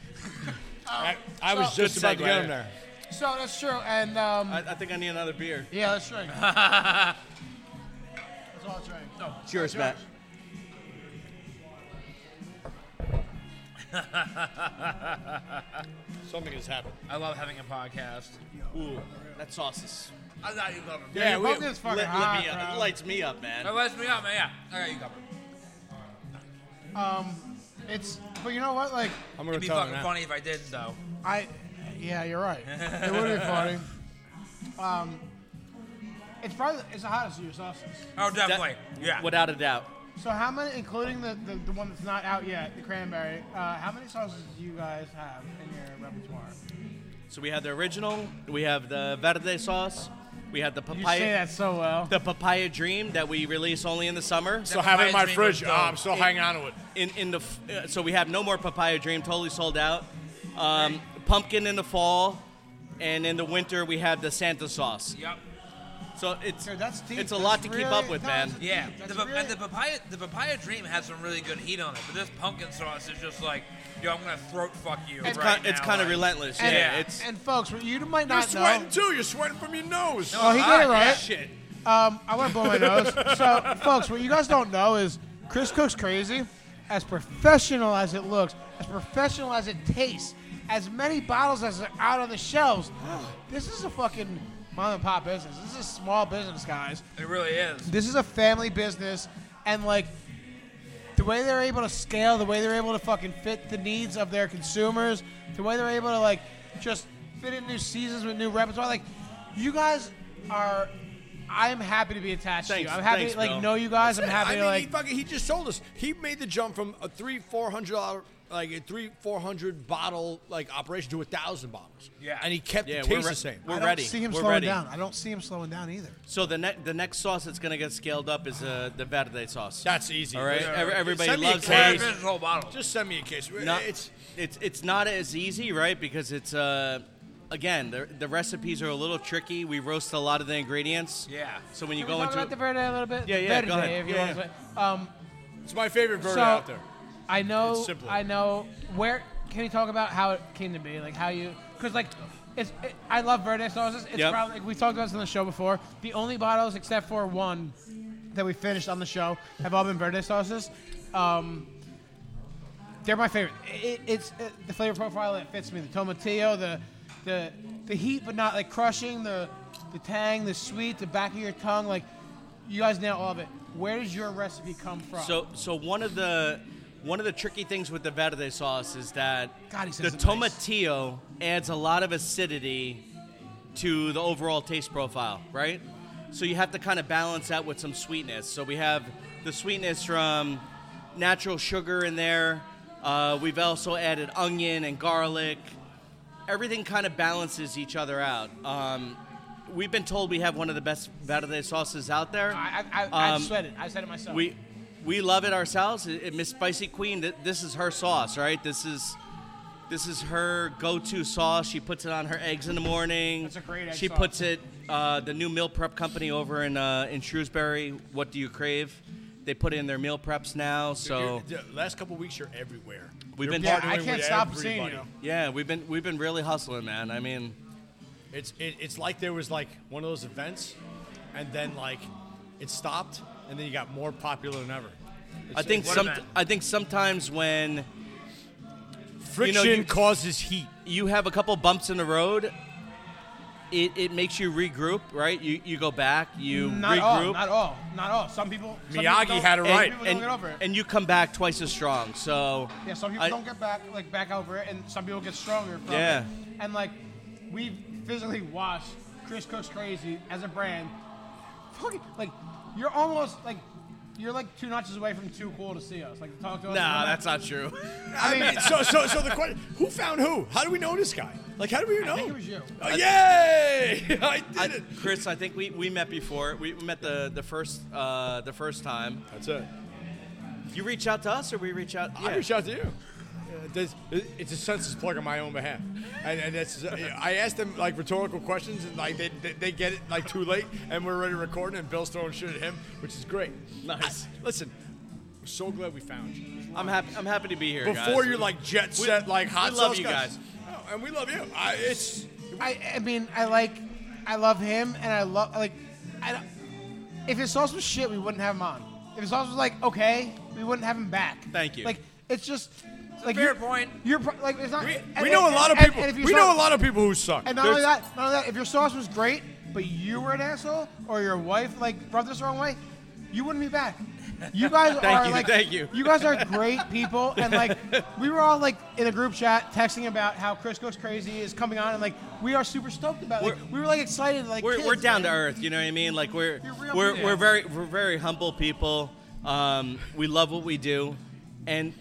Speaker 4: I, I was
Speaker 5: So-
Speaker 4: just about to
Speaker 5: Good
Speaker 4: get
Speaker 5: segue.
Speaker 4: him there.
Speaker 3: So that's true, and um,
Speaker 5: I, I think I need another beer.
Speaker 3: yeah, that's right. that's all that's right.
Speaker 5: Cheers, Matt.
Speaker 4: Something has happened.
Speaker 2: I love having a podcast.
Speaker 5: Ooh, that sauce is
Speaker 2: I thought you loved it.
Speaker 3: Yeah,
Speaker 4: Yeah,
Speaker 3: your
Speaker 4: we-
Speaker 3: pumpkin's fucking
Speaker 5: lit, lit
Speaker 3: hot,
Speaker 5: me up.
Speaker 3: bro.
Speaker 5: It lights me up, man.
Speaker 2: That lights me up, man. Yeah. Okay, you covered.
Speaker 3: It's, but you know what? Like,
Speaker 4: I'm gonna
Speaker 2: It'd be
Speaker 4: tell him
Speaker 2: fucking
Speaker 4: now.
Speaker 2: funny if I didn't, though.
Speaker 3: I, yeah, you're right. It would be funny. Um, it's probably it's the hottest of your sauces.
Speaker 2: Oh, definitely. yeah.
Speaker 5: Without a doubt.
Speaker 3: So how many, including the, the, the one that's not out yet, the cranberry? Uh, how many sauces do you guys have in your repertoire?
Speaker 5: So we have the original, we have the verde sauce, we have the
Speaker 3: You say
Speaker 5: papaya,
Speaker 3: that so well.
Speaker 5: the papaya dream that we release only in the summer. So
Speaker 4: Still have it in my
Speaker 2: reminds me of
Speaker 4: fridge.
Speaker 2: the-
Speaker 4: Oh, I'm still hanging on to it.
Speaker 5: in, in the f- uh, so we have no more papaya dream, totally sold out. Um, pumpkin in the fall, and in the winter we have the Santa sauce.
Speaker 2: Yep.
Speaker 5: So it's
Speaker 3: Dude, that's deep.
Speaker 5: it's a
Speaker 3: That's
Speaker 5: lot to keep
Speaker 3: really-
Speaker 5: up with,
Speaker 3: no,
Speaker 5: man.
Speaker 3: it's-
Speaker 2: Yeah.
Speaker 3: That's
Speaker 2: The, pa-
Speaker 3: really-
Speaker 2: and the papaya, the papaya dream has some really good heat on it, but this pumpkin sauce is just like, yo, I'm gonna throat fuck you.
Speaker 5: It's
Speaker 2: right
Speaker 5: kind, it's
Speaker 2: now,
Speaker 5: kind of
Speaker 2: like-
Speaker 5: relentless.
Speaker 2: And-
Speaker 5: yeah,
Speaker 2: yeah.
Speaker 5: it's
Speaker 3: And folks, what you might
Speaker 4: You're
Speaker 3: not know.
Speaker 4: sweating too. You're sweating from your nose.
Speaker 3: Oh, he
Speaker 2: Ah,
Speaker 3: did it right.
Speaker 5: shit.
Speaker 3: Um, I want to blow my nose. So, folks, what you guys don't know is Chris cooks crazy. As professional as it looks, as professional as it tastes, as many bottles as are out on the shelves. This is a fucking mom and pop business. This is a small business, guys.
Speaker 2: It really is.
Speaker 3: This is a family business, and like the way they're able to scale, the way they're able to fucking fit the needs of their consumers, the way they're able to like just fit in new seasons with new repertoire. Like, you guys are. I'm happy to be attached
Speaker 5: Thanks-
Speaker 3: to you. I'm happy
Speaker 5: thanks,
Speaker 3: to like
Speaker 5: Bill.
Speaker 3: know you guys. I'm
Speaker 4: Listen,
Speaker 3: happy
Speaker 4: I
Speaker 3: to
Speaker 4: mean, he
Speaker 3: like.
Speaker 4: fucking he just sold us. He made the jump from a three four hundred dollar like a three four hundred bottle like operation to a thousand bottles.
Speaker 2: Yeah.
Speaker 4: and he kept
Speaker 5: Yeah,
Speaker 4: the
Speaker 5: we're
Speaker 4: taste
Speaker 5: re-
Speaker 4: the same.
Speaker 5: we're
Speaker 3: I don't
Speaker 5: ready.
Speaker 3: see him
Speaker 5: We're
Speaker 3: slowing
Speaker 5: ready.
Speaker 3: down. I don't see him slowing down either.
Speaker 5: So the next the next sauce that's gonna get scaled up is uh, the verde sauce.
Speaker 4: That's easy. uh,
Speaker 5: All right,
Speaker 4: Yeah.
Speaker 5: Every- everybody
Speaker 4: Send me a
Speaker 5: loves
Speaker 2: Well, I
Speaker 4: case.
Speaker 5: Hey.
Speaker 2: finished this whole bottle.
Speaker 4: Just send me a case.
Speaker 5: not,
Speaker 4: It's
Speaker 5: it's it's it's not as easy, right? Because it's uh, again the the recipes are a little tricky. We roast a lot of the ingredients.
Speaker 2: Yeah.
Speaker 5: So when you
Speaker 3: Can we
Speaker 5: go
Speaker 3: talk
Speaker 5: into
Speaker 3: about the Verde a little bit?
Speaker 5: Yeah, yeah,
Speaker 3: Verde,
Speaker 5: go ahead.
Speaker 3: if you
Speaker 5: Yeah,
Speaker 3: want to. Um,
Speaker 4: it's my favorite bird
Speaker 3: So-
Speaker 4: out there.
Speaker 3: I know.
Speaker 4: It's simpler.
Speaker 3: I know. Where can you talk about how it came to be? Like how you? Because like, it's. It, I love verde sauces. It's
Speaker 5: Yep.
Speaker 3: probably like, we talked about this on the show before. The only bottles except for one that we finished on the show have all been verde sauces. Um, they're my favorite. It, it's it, the flavor profile that fits me. The tomatillo, the the the heat, but not like crushing. The the tang, the sweet, the back of your tongue. Like you guys nail all of it. Where does your recipe come from?
Speaker 5: so so one of the one of the tricky things with the verde sauce is that
Speaker 3: God, he
Speaker 5: the
Speaker 3: says it nice.
Speaker 5: tomatillo adds a lot of acidity to the overall taste profile, right? So you have to kind of balance that with some sweetness. So we have the sweetness from natural sugar in there. Uh, we've also added onion and garlic. Everything kind of balances each other out. Um, we've been told we have one of the best verde sauces out there.
Speaker 3: I, I, I,
Speaker 5: Um,
Speaker 3: I've sweated. I said it myself.
Speaker 5: we we love it ourselves. It, it- Miss Spicy Queen, th- this is her sauce, right? This is this is her go-to sauce. She puts it on her eggs in the morning.
Speaker 3: That's a great egg
Speaker 5: She
Speaker 3: sauce.
Speaker 5: puts it. Uh, the new meal prep company over in uh, in Shrewsbury. What do you crave? They put in their meal preps now. So
Speaker 4: You're- the last couple weeks you're everywhere.
Speaker 5: We've
Speaker 4: You're
Speaker 5: been-
Speaker 3: yeah,
Speaker 4: partnering
Speaker 3: I can't
Speaker 4: with
Speaker 3: stop seeing you.
Speaker 4: everybody.
Speaker 5: yeah, we've been we've been really hustling, man. I mean,
Speaker 4: It's it, it's like there was like one of those events, and then like it stopped, and then you got more popular than ever.
Speaker 5: I think
Speaker 2: what
Speaker 5: some
Speaker 2: event?
Speaker 5: I think sometimes when
Speaker 4: Friction
Speaker 5: you-
Speaker 4: causes heat.
Speaker 5: you have a couple bumps in the road. It, it makes you regroup, right? You you go back, you
Speaker 3: Not
Speaker 5: regroup,
Speaker 3: all. Not all. Not all. Some people. some people
Speaker 4: Miyagi
Speaker 3: don't-
Speaker 4: had it
Speaker 3: some
Speaker 4: right.
Speaker 3: People
Speaker 5: and,
Speaker 3: don't get over it.
Speaker 5: and you come back twice as strong. So
Speaker 3: Yeah, some people
Speaker 5: I-
Speaker 3: don't get back like back over it, and some people get stronger. From
Speaker 5: Yeah.
Speaker 3: it. And like, we physically watched Chris Cook's Crazy as a brand. Fucking like, you're almost like, you're like two notches away from too cool to see us. Like, talk to us.
Speaker 5: Nah, that's not true.
Speaker 4: I mean, so so so the question: Who found who? How do we know this guy? Like, how do we know?
Speaker 3: think it was you.
Speaker 4: Oh, yay! I did
Speaker 5: I,
Speaker 4: it.
Speaker 5: Chris, I think we, we met before. We we met the the first uh, the first time.
Speaker 4: That's it.
Speaker 5: You reach out to us, or we reach out?
Speaker 4: I reached out to you. Uh, there's- It's a census plug on my own behalf, and, and that's, I asked them like rhetorical questions, and like they, they, they get it like too late, and we're already recording, and Bill's throwing shit at him, which is great.
Speaker 5: Nice.
Speaker 4: I- listen, I'm so glad we found you
Speaker 5: I'm happy. I'm happy to be here.
Speaker 4: before
Speaker 5: guys.
Speaker 4: you're like jet
Speaker 5: We-
Speaker 4: set, like hot
Speaker 5: we love
Speaker 4: sauce
Speaker 5: you guys.
Speaker 4: Oh, and we love you. I, it's
Speaker 3: I, I mean, I like, I love him, and I love like, I don't, if his sauce was shit, we wouldn't have him on. If his sauce was like okay, we wouldn't have him back.
Speaker 5: Thank you.
Speaker 3: Like, it's just like
Speaker 2: fair
Speaker 3: you're,
Speaker 2: point.
Speaker 3: You're pro- like it's not.
Speaker 4: we,
Speaker 3: and-
Speaker 4: we know a
Speaker 3: and-
Speaker 4: lot of
Speaker 3: and-
Speaker 4: people.
Speaker 3: and if your
Speaker 4: we know
Speaker 3: sauce-
Speaker 4: a lot of people who suck.
Speaker 3: And not only
Speaker 5: There's-
Speaker 3: that, not only that, if your sauce was great, but you were an asshole or your wife like rubbed us the wrong way, you wouldn't be back. You guys
Speaker 5: Thank
Speaker 3: are
Speaker 5: you,
Speaker 3: like,
Speaker 5: thank you.
Speaker 3: guys are great people, and like, we were all like in a group chat texting about how Chris Goes Crazy is coming on, and like, we are super stoked about. it. Like,
Speaker 5: We're-
Speaker 3: we were like excited, like
Speaker 5: we're,
Speaker 3: kids,
Speaker 5: we're down to
Speaker 3: man.
Speaker 5: earth. You know what I mean? Like we're
Speaker 3: You're real
Speaker 5: we're,
Speaker 3: people.
Speaker 5: we're very we're very humble people. Um, we love what we do, and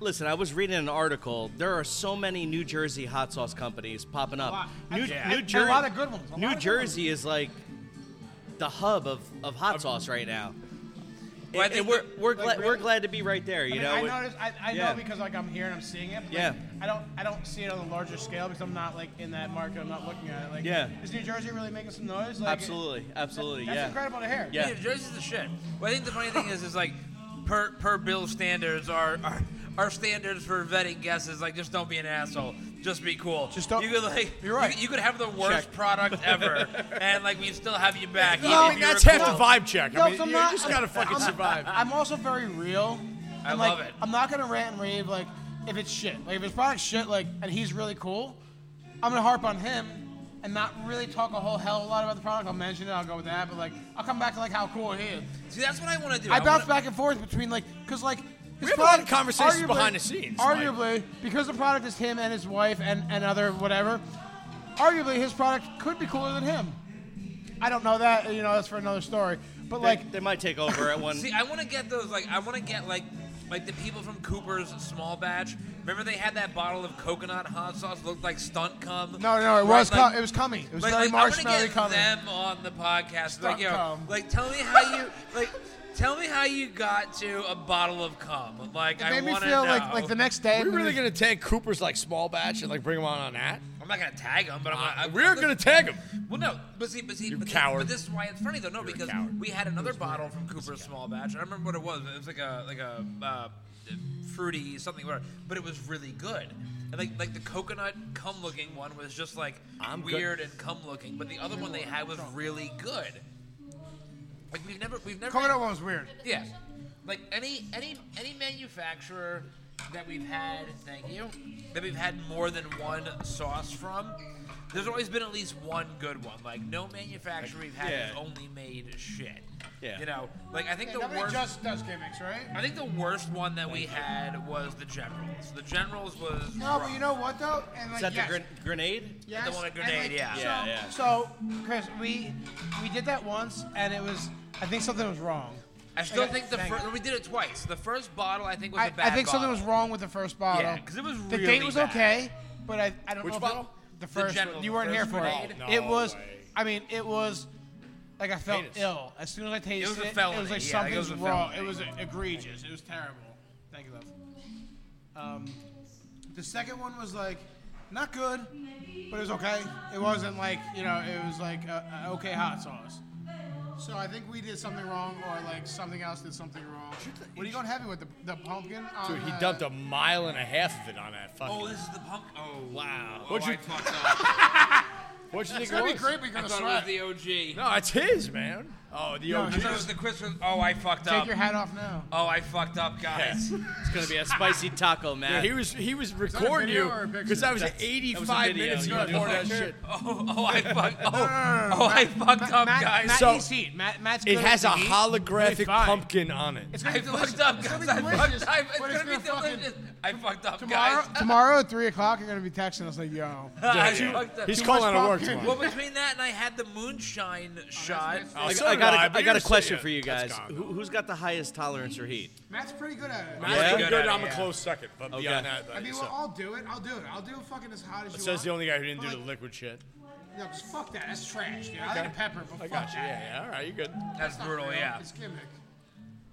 Speaker 5: listen. I was reading an article. There are so many New Jersey hot sauce companies popping up.
Speaker 3: Wow.
Speaker 5: New,
Speaker 3: Yeah.
Speaker 5: New
Speaker 3: And a
Speaker 5: Jer-
Speaker 3: lot of good ones. A
Speaker 5: New
Speaker 3: lot of good
Speaker 5: Jersey is like the hub of, of hot sauce right now.
Speaker 2: Well, I
Speaker 5: and, and
Speaker 2: think
Speaker 5: we're we're glad
Speaker 3: like,
Speaker 5: we're
Speaker 3: really-
Speaker 5: glad to be right there. You
Speaker 3: I mean,
Speaker 5: know.
Speaker 3: I
Speaker 5: We-
Speaker 3: noticed. I, I
Speaker 5: yeah.
Speaker 3: know because like I'm here and I'm seeing it. But,
Speaker 5: Yeah.
Speaker 3: like, I don't. I don't see it on a larger scale because I'm not like in that market. I'm not looking at it. Like,
Speaker 5: Yeah.
Speaker 3: Is New Jersey really making some noise? Like,
Speaker 5: Absolutely, absolutely,
Speaker 3: That's
Speaker 5: yeah.
Speaker 3: incredible to hear.
Speaker 5: Yeah.
Speaker 2: Yeah, Jersey's the shit. Well, I think the funny thing is, is like, per per Bill's standards, our, our our standards for vetting guests is like, just don't be an asshole, just be cool.
Speaker 3: Just don't-
Speaker 2: You could like,
Speaker 3: You're right.
Speaker 2: You, you could have the worst product ever, and like we still have you back.
Speaker 4: No,
Speaker 2: even
Speaker 4: I
Speaker 2: if
Speaker 4: mean,
Speaker 2: you're
Speaker 4: that's
Speaker 2: cool.
Speaker 4: half the vibe check. I
Speaker 3: No,
Speaker 4: mean,
Speaker 3: so I'm
Speaker 4: you
Speaker 3: not-
Speaker 4: just gotta fucking
Speaker 3: I'm-
Speaker 4: survive.
Speaker 3: I'm also very real.
Speaker 2: I
Speaker 3: And, like,
Speaker 2: love it.
Speaker 3: I'm not gonna rant and rave like if it's shit. Like if his product's shit, like and he's really cool, I'm gonna harp on him and not really talk a whole hell of a lot about the product. I'll mention it. I'll go with that, but like I'll come back to like how cool he is.
Speaker 2: See, that's what I want to do.
Speaker 3: I
Speaker 2: wanna-
Speaker 3: bounce back and forth between like, cause like his
Speaker 4: We have a lot of
Speaker 3: product-
Speaker 4: conversations
Speaker 3: arguably-
Speaker 4: behind the scenes, like-
Speaker 3: Arguably, because the product is him and his wife and and other whatever. Arguably, his product could be cooler than him. I don't know that. You know, that's for another story. But like,
Speaker 5: they, they might take over at one.
Speaker 2: See, I want to get those. Like, I want to get like, like the people from Cooper's small batch. Remember they had that bottle of coconut hot sauce looked like stunt cum.
Speaker 3: no, no,
Speaker 2: Right,
Speaker 3: it was
Speaker 2: like-
Speaker 3: cum- it was cummy. It was
Speaker 2: like,
Speaker 3: very
Speaker 2: like, I wanna
Speaker 3: marshmallowy
Speaker 2: get
Speaker 3: cummy.
Speaker 2: them on the podcast. like,
Speaker 3: Stunt
Speaker 2: yo,
Speaker 3: cum.
Speaker 2: like, tell me how you like. Tell me how you got to a bottle of cum. Like,
Speaker 3: it
Speaker 2: I
Speaker 3: made me
Speaker 2: want to
Speaker 3: feel
Speaker 2: know.
Speaker 3: like like the next day.
Speaker 4: We're
Speaker 3: we
Speaker 4: really
Speaker 3: was-
Speaker 4: gonna take Cooper's like small batch and like bring him on on that.
Speaker 2: I'm not gonna tag him, but
Speaker 3: Uh,
Speaker 2: I'm. gonna- I-
Speaker 4: We're gonna tag him.
Speaker 2: Well, no, but see, but see,
Speaker 4: You
Speaker 2: but, thi-
Speaker 4: coward.
Speaker 2: but this is why it's funny though. No,
Speaker 4: You're a
Speaker 2: because
Speaker 4: coward.
Speaker 2: we had another bottle from Cooper's Small Batch. I don't remember what it was. It was like a like a uh, fruity something, whatever. But it was really good. And like like the coconut cum looking one was just like
Speaker 4: I'm good.
Speaker 2: weird and cum looking, but the other one they had was really good. Like we've never we've never
Speaker 3: Coconut one was weird.
Speaker 2: yeah. Like any any any manufacturer that we've had, thank you, that we've had more than one sauce from, there's always been at least one good one. Like no manufacturer we've had has
Speaker 5: Yeah.
Speaker 2: only made shit.
Speaker 5: Yeah.
Speaker 2: You know, like I think the
Speaker 3: Nobody
Speaker 2: worst
Speaker 3: just does gimmicks, right?
Speaker 2: I think the worst one that we had was the Generals. The Generals was
Speaker 3: No,
Speaker 2: rough.
Speaker 3: but you know what though? And like,
Speaker 5: is that
Speaker 3: yes,
Speaker 5: the gren- grenade?
Speaker 3: Yes,
Speaker 2: The one with
Speaker 3: and,
Speaker 2: grenade,
Speaker 3: like,
Speaker 2: yeah.
Speaker 3: So,
Speaker 5: Yeah, yeah.
Speaker 3: so, Chris, we we did that once, and it was I think something was wrong.
Speaker 2: I still
Speaker 3: Okay,
Speaker 2: think the
Speaker 3: thank
Speaker 2: first
Speaker 3: you.
Speaker 2: we did it twice. The first bottle I think was
Speaker 3: I,
Speaker 2: a bad
Speaker 3: I think something
Speaker 2: bottle.
Speaker 3: was wrong with the first bottle.
Speaker 2: Yeah, 'cause it was
Speaker 3: the
Speaker 2: really
Speaker 3: date was
Speaker 2: bad.
Speaker 3: okay, but I, I don't
Speaker 4: Which
Speaker 3: know. if
Speaker 4: bottle?
Speaker 3: It, the first
Speaker 2: General,
Speaker 3: one. You weren't
Speaker 2: the
Speaker 3: here
Speaker 2: first
Speaker 3: for it.
Speaker 2: grenade?
Speaker 3: it
Speaker 4: No
Speaker 3: was.
Speaker 4: way.
Speaker 3: I mean, it was. Like I felt
Speaker 4: Heinous.
Speaker 3: ill as soon as I tasted it.
Speaker 2: was a
Speaker 3: It
Speaker 2: felony,
Speaker 3: was like
Speaker 2: yeah, like, it was
Speaker 3: something's
Speaker 2: a
Speaker 3: wrong.
Speaker 2: felony.
Speaker 3: It was egregious. It was terrible. Thank you, love. Um, the second one was like not good, but it was okay. It wasn't like you know, it was like a, a okay hot sauce. So I think we did something wrong, or like something else did something wrong. What are you going heavy with the, the pumpkin? On,
Speaker 4: Dude, he
Speaker 3: uh,
Speaker 4: dumped a mile and a half of it on that fucking.
Speaker 2: Oh, this is the pump. Oh wow. Oh,
Speaker 4: What'd you-
Speaker 2: I fucked up.
Speaker 4: What'd you think
Speaker 3: It's gonna
Speaker 4: it
Speaker 3: be
Speaker 4: was?
Speaker 3: great. We're
Speaker 2: I
Speaker 3: gonna
Speaker 2: thought
Speaker 3: sweat.
Speaker 2: it was the OG.
Speaker 4: No, it's his, man. Oh, the
Speaker 3: No,
Speaker 4: OG.
Speaker 2: I thought it was the Christmas. Oh, I fucked
Speaker 3: Take
Speaker 2: up.
Speaker 3: your hat off now.
Speaker 2: Oh, I fucked up, guys.
Speaker 5: It's gonna be a spicy taco,
Speaker 4: Yeah,
Speaker 5: man.
Speaker 4: he was he was
Speaker 8: that a
Speaker 4: recording
Speaker 8: video
Speaker 4: you
Speaker 8: or a picture?
Speaker 4: because that was
Speaker 5: That's- that was a
Speaker 4: 85
Speaker 5: video.
Speaker 4: minutes
Speaker 5: You
Speaker 4: ago.
Speaker 5: gotta do a
Speaker 4: that
Speaker 5: picture.
Speaker 4: shit.
Speaker 2: Oh, oh, I fucked. Oh, oh, I fucked up,
Speaker 3: Matt,
Speaker 2: guys.
Speaker 3: Matt
Speaker 4: So-
Speaker 3: eats heat. Matt, Matt's
Speaker 4: It
Speaker 3: good
Speaker 4: has a
Speaker 3: at the heat.
Speaker 4: holographic
Speaker 3: fine.
Speaker 4: pumpkin on it.
Speaker 3: It's gonna
Speaker 2: I
Speaker 3: be
Speaker 2: fucked
Speaker 3: delicious.
Speaker 2: up,
Speaker 3: It's
Speaker 2: guys.
Speaker 3: gonna be
Speaker 2: I
Speaker 3: delicious,
Speaker 2: fucked up. It's gonna
Speaker 3: but
Speaker 2: be
Speaker 3: fucking-
Speaker 2: delicious. I fucked up,
Speaker 3: Tomorrow,
Speaker 2: guys.
Speaker 3: tomorrow at three o'clock, you're gonna be texting us like, "Yo,
Speaker 2: I fucked up.
Speaker 4: He's calling out
Speaker 3: much
Speaker 4: of work
Speaker 3: pumpkin.
Speaker 4: tomorrow.
Speaker 2: Well, between that and I had the
Speaker 3: Oh,
Speaker 2: moonshine shot.
Speaker 5: I,
Speaker 4: so
Speaker 5: I
Speaker 4: did
Speaker 5: got
Speaker 4: I,
Speaker 5: a,
Speaker 4: but
Speaker 5: I got
Speaker 4: you're
Speaker 5: a question
Speaker 4: saying
Speaker 5: for you
Speaker 4: it's
Speaker 5: guys.
Speaker 4: gone.
Speaker 5: Who, who's got the highest tolerance for heat?
Speaker 3: Matt's pretty good at it."
Speaker 4: Matt's
Speaker 5: Yeah.
Speaker 4: pretty good.
Speaker 2: Yeah.
Speaker 4: I'm a close second, but
Speaker 5: Okay.
Speaker 4: beyond that,
Speaker 3: I
Speaker 4: like,
Speaker 3: mean,
Speaker 4: so-
Speaker 3: we'll all do it. I'll do it. I'll do it fucking as hot as you
Speaker 4: says the
Speaker 3: want.
Speaker 4: only guy who didn't do the
Speaker 3: Like-
Speaker 4: liquid shit.
Speaker 3: No, just fuck that. That's trash, dude. I like a pepper, but
Speaker 4: I
Speaker 3: fuck
Speaker 4: got you.
Speaker 3: that. Oh,
Speaker 4: Yeah, yeah. All right, you're good.
Speaker 2: That's
Speaker 3: Not
Speaker 2: brutal,
Speaker 3: real.
Speaker 2: yeah.
Speaker 3: It's gimmick.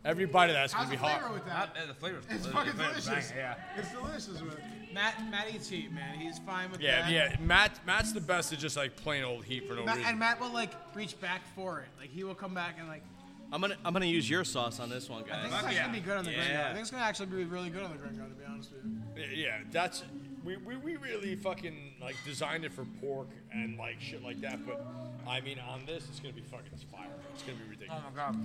Speaker 4: Every bite of that's
Speaker 3: How's
Speaker 4: gonna
Speaker 3: the
Speaker 4: be
Speaker 3: flavor
Speaker 4: hot.
Speaker 3: with that?
Speaker 2: Uh, the flavor's
Speaker 3: It's
Speaker 2: the
Speaker 3: fucking
Speaker 2: flavor's
Speaker 3: delicious.
Speaker 2: banging, yeah.
Speaker 3: It's delicious. Man. Matt, Matt eats heat, man. He's fine with
Speaker 4: Yeah,
Speaker 3: that.
Speaker 4: yeah. Matt, Matt's the best at just like plain old heat for no
Speaker 3: Matt, and
Speaker 4: reason.
Speaker 3: Matt will like reach back for it. Like he will come back and like.
Speaker 5: I'm gonna I'm gonna use your sauce on this one,
Speaker 3: I think
Speaker 5: guys.
Speaker 3: it's actually
Speaker 2: yeah.
Speaker 3: gonna be good on the
Speaker 5: Yeah.
Speaker 3: gringo. I think it's gonna actually be really good on the gringo, to be honest with you.
Speaker 4: Yeah, that's we, we, we really fucking like designed it for pork and like shit like that. But I mean, on this, it's gonna be fucking fire. It's gonna be
Speaker 2: Oh
Speaker 4: ridiculous.
Speaker 2: my god.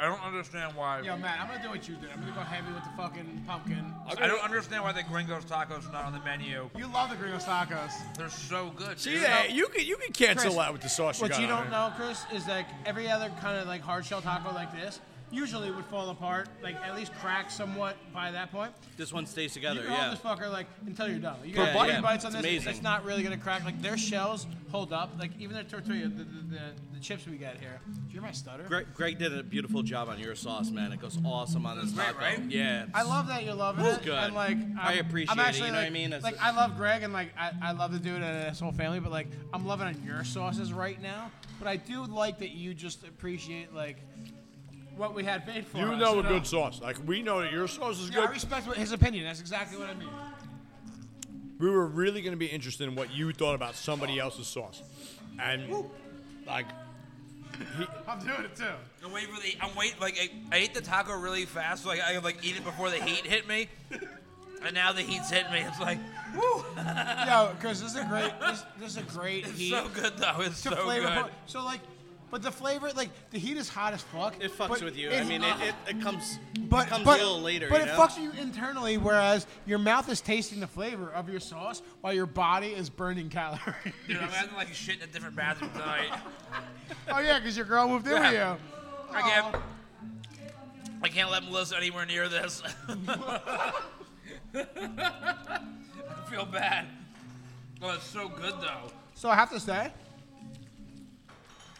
Speaker 2: I don't understand why.
Speaker 3: Yo, Matt, I'm gonna do what you did. I'm gonna go heavy with the fucking pumpkin.
Speaker 2: I don't understand why the Gringos tacos are not on the menu.
Speaker 3: You love the gringo tacos.
Speaker 2: They're so good.
Speaker 4: See,
Speaker 2: dude.
Speaker 4: yeah, you can you can cancel
Speaker 3: Chris,
Speaker 4: that with the sauce. You
Speaker 3: What
Speaker 4: got
Speaker 3: you
Speaker 4: on
Speaker 3: don't
Speaker 4: it.
Speaker 3: know, Chris, is like every other kind of like hard shell taco like this usually would fall apart, like at least crack somewhat by that point.
Speaker 5: This one stays
Speaker 3: You
Speaker 5: together,
Speaker 3: can hold
Speaker 5: yeah.
Speaker 3: this fucker like until you're done. You
Speaker 5: Per
Speaker 3: got
Speaker 5: bite.
Speaker 3: three bites on
Speaker 5: It's
Speaker 3: this.
Speaker 5: amazing.
Speaker 3: It's not really gonna crack. Like their shells hold up. Like even their tortilla, the, the, the, the chips we got here. Do you hear my stutter?
Speaker 5: Greg, Greg did a beautiful job on your sauce, man. It goes awesome on this
Speaker 2: great,
Speaker 5: taco.
Speaker 2: right?
Speaker 5: Yeah.
Speaker 3: I love that you're loving
Speaker 5: It's
Speaker 3: it.
Speaker 5: good.
Speaker 3: And like I'm,
Speaker 5: I appreciate
Speaker 3: I'm
Speaker 5: it, you
Speaker 3: actually,
Speaker 5: know
Speaker 3: like,
Speaker 5: what I mean? It's-
Speaker 3: like I love Greg and like I, I love the dude and his whole family, but like I'm loving on your sauces right now. But I do like that you just appreciate like what we had made for us.
Speaker 4: You know a
Speaker 3: know?
Speaker 4: good sauce. Like we know that your sauce is
Speaker 3: "Oh." Yeah, I
Speaker 4: good.
Speaker 3: respect what- his opinion. That's exactly what I mean.
Speaker 4: we were really going to be interested in what you thought about somebody else's sauce, and like
Speaker 3: I'm doing it too.
Speaker 2: I'm waiting for the. I'm waiting. Like I, I ate the taco really fast, so like I like eat it before the heat hit me, and now the heat's hitting me. It's like, woo!
Speaker 3: Yo, Chris, this is a great. This, this is a great
Speaker 2: It's
Speaker 3: heat.
Speaker 2: so good though. It's
Speaker 3: to
Speaker 2: so
Speaker 3: flavor.
Speaker 2: good.
Speaker 3: pro- So like, but the flavor, like the heat is hot as fuck.
Speaker 5: it fucks
Speaker 3: but
Speaker 5: with you. I
Speaker 3: it's-
Speaker 5: mean, it, it, it comes
Speaker 3: but
Speaker 5: it comes
Speaker 3: but,
Speaker 5: a little later.
Speaker 3: But
Speaker 5: you
Speaker 3: it
Speaker 5: know?
Speaker 3: fucks with you internally, whereas your mouth is tasting the flavor of your sauce while your body is burning calories.
Speaker 2: Dude, I'm having like shit in a different bathroom tonight.
Speaker 3: oh yeah, because your girl moved in with
Speaker 2: Yeah.
Speaker 3: you.
Speaker 2: I can't. I can't let Melissa anywhere near this. I feel bad. Oh, it's so good though.
Speaker 3: So I have to say,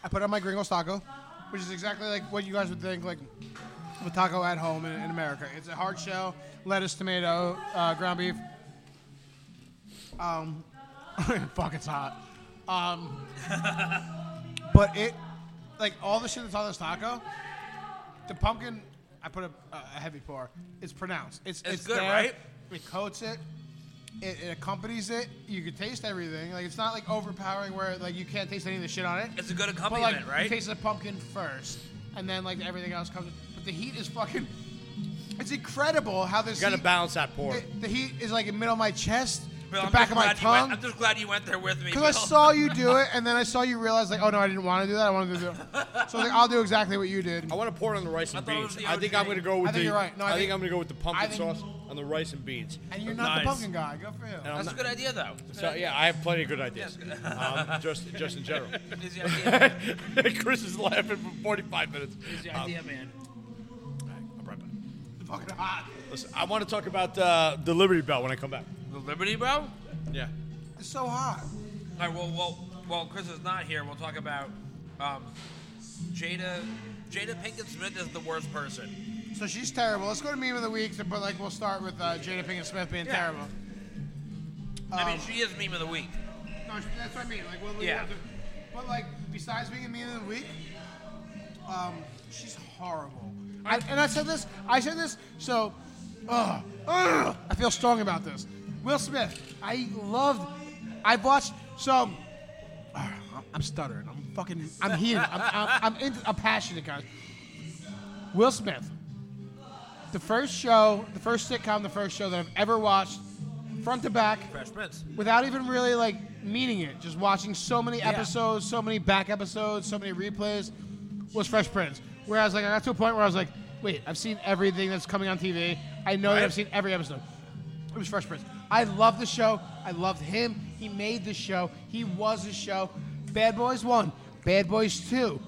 Speaker 3: I put on my Gringos taco, which is exactly like what you guys would think, like of a taco at home in, in America. It's a hard shell, lettuce, tomato, uh, ground beef. Um, fuck, it's hot. Um, but it, like all the shit that's on this taco, the pumpkin. I put a, a heavy pour. It's pronounced. It's
Speaker 2: It's
Speaker 3: it's,
Speaker 2: good,
Speaker 3: there.
Speaker 2: right?
Speaker 3: It coats it. It, it accompanies it. You can taste everything. Like it's not like overpowering where like you can't taste any of the shit on it.
Speaker 2: It's a good
Speaker 3: But
Speaker 2: accompaniment,
Speaker 3: like
Speaker 2: right?
Speaker 3: you taste the pumpkin first, and then like everything else comes. But the heat is fucking. It's incredible how this.
Speaker 4: you got to
Speaker 3: heat-
Speaker 4: balance that pork.
Speaker 3: The, the heat is like in the middle of my chest,
Speaker 2: Bill,
Speaker 3: the
Speaker 2: I'm
Speaker 3: back
Speaker 2: just
Speaker 3: of my
Speaker 2: glad you went-
Speaker 3: tongue.
Speaker 2: I'm just glad you went there with me.
Speaker 3: Because I
Speaker 2: Bill.
Speaker 3: saw you do it, and then I saw you realize like, oh no, I didn't want to do that. I wanted to do. It. So I was like, I'll do exactly what you did.
Speaker 4: I want to pour it on the rice and
Speaker 2: thought it was
Speaker 4: beans.
Speaker 2: the
Speaker 4: I think
Speaker 2: OG.
Speaker 4: I'm going to go with
Speaker 3: I think
Speaker 4: the.
Speaker 3: you're right. No, I
Speaker 4: I, think,
Speaker 3: think-
Speaker 4: I'm going to go with the pumpkin
Speaker 3: I think-
Speaker 4: sauce on the rice and beans.
Speaker 3: And you're not
Speaker 4: Nice.
Speaker 3: the pumpkin guy. Go for you.
Speaker 4: And I'm
Speaker 2: That's a
Speaker 4: not-
Speaker 2: good idea though.
Speaker 4: so yeah, I have plenty of good ideas. Um, just just in general.
Speaker 2: Is the idea,
Speaker 4: Chris is laughing for 45 minutes.
Speaker 2: is the
Speaker 4: Um,
Speaker 2: idea man.
Speaker 4: all right, I'm right back.
Speaker 3: It's fucking hot.
Speaker 4: Listen, I want to talk about uh, the Liberty Bell when I come back.
Speaker 2: The Liberty, bro? All
Speaker 5: Yeah.
Speaker 3: It's so hot.
Speaker 2: right, well, well, well, Chris is not here. We'll talk about um, Jada. Jada Pinkett Smith is the worst person.
Speaker 3: So she's terrible. Let's go to meme of the week, but like we'll start with uh, Jada Pinkett Smith being
Speaker 2: Yeah.
Speaker 3: terrible.
Speaker 2: I
Speaker 3: Um,
Speaker 2: mean, she is meme of the week.
Speaker 3: No, sh- that's what I mean. Like, what we
Speaker 2: Yeah.
Speaker 3: have to, but like, besides being a man of the week, um, she's horrible. I, and I said this. I said this. So, ugh, ugh, I feel strong about this. Will Smith. I loved. I watched. So, ugh, I'm stuttering. I'm fucking. I'm here. I'm. I'm, I'm, into, I'm passionate, guys. Will Smith. The first show, the first sitcom, the first show that I've ever watched, front to back
Speaker 2: Fresh Prince.
Speaker 3: without even really like meaning it, just watching so many episodes, so many back episodes, so many replays, was Fresh Prince. Whereas, like, I got to a point where I was like, wait, I've seen everything that's coming on TV. I know that
Speaker 4: Right.
Speaker 3: I've seen every episode. It was Fresh Prince. I loved the show. I loved him. He made the show. He was the show. Bad Boys 1, Bad Boys 2,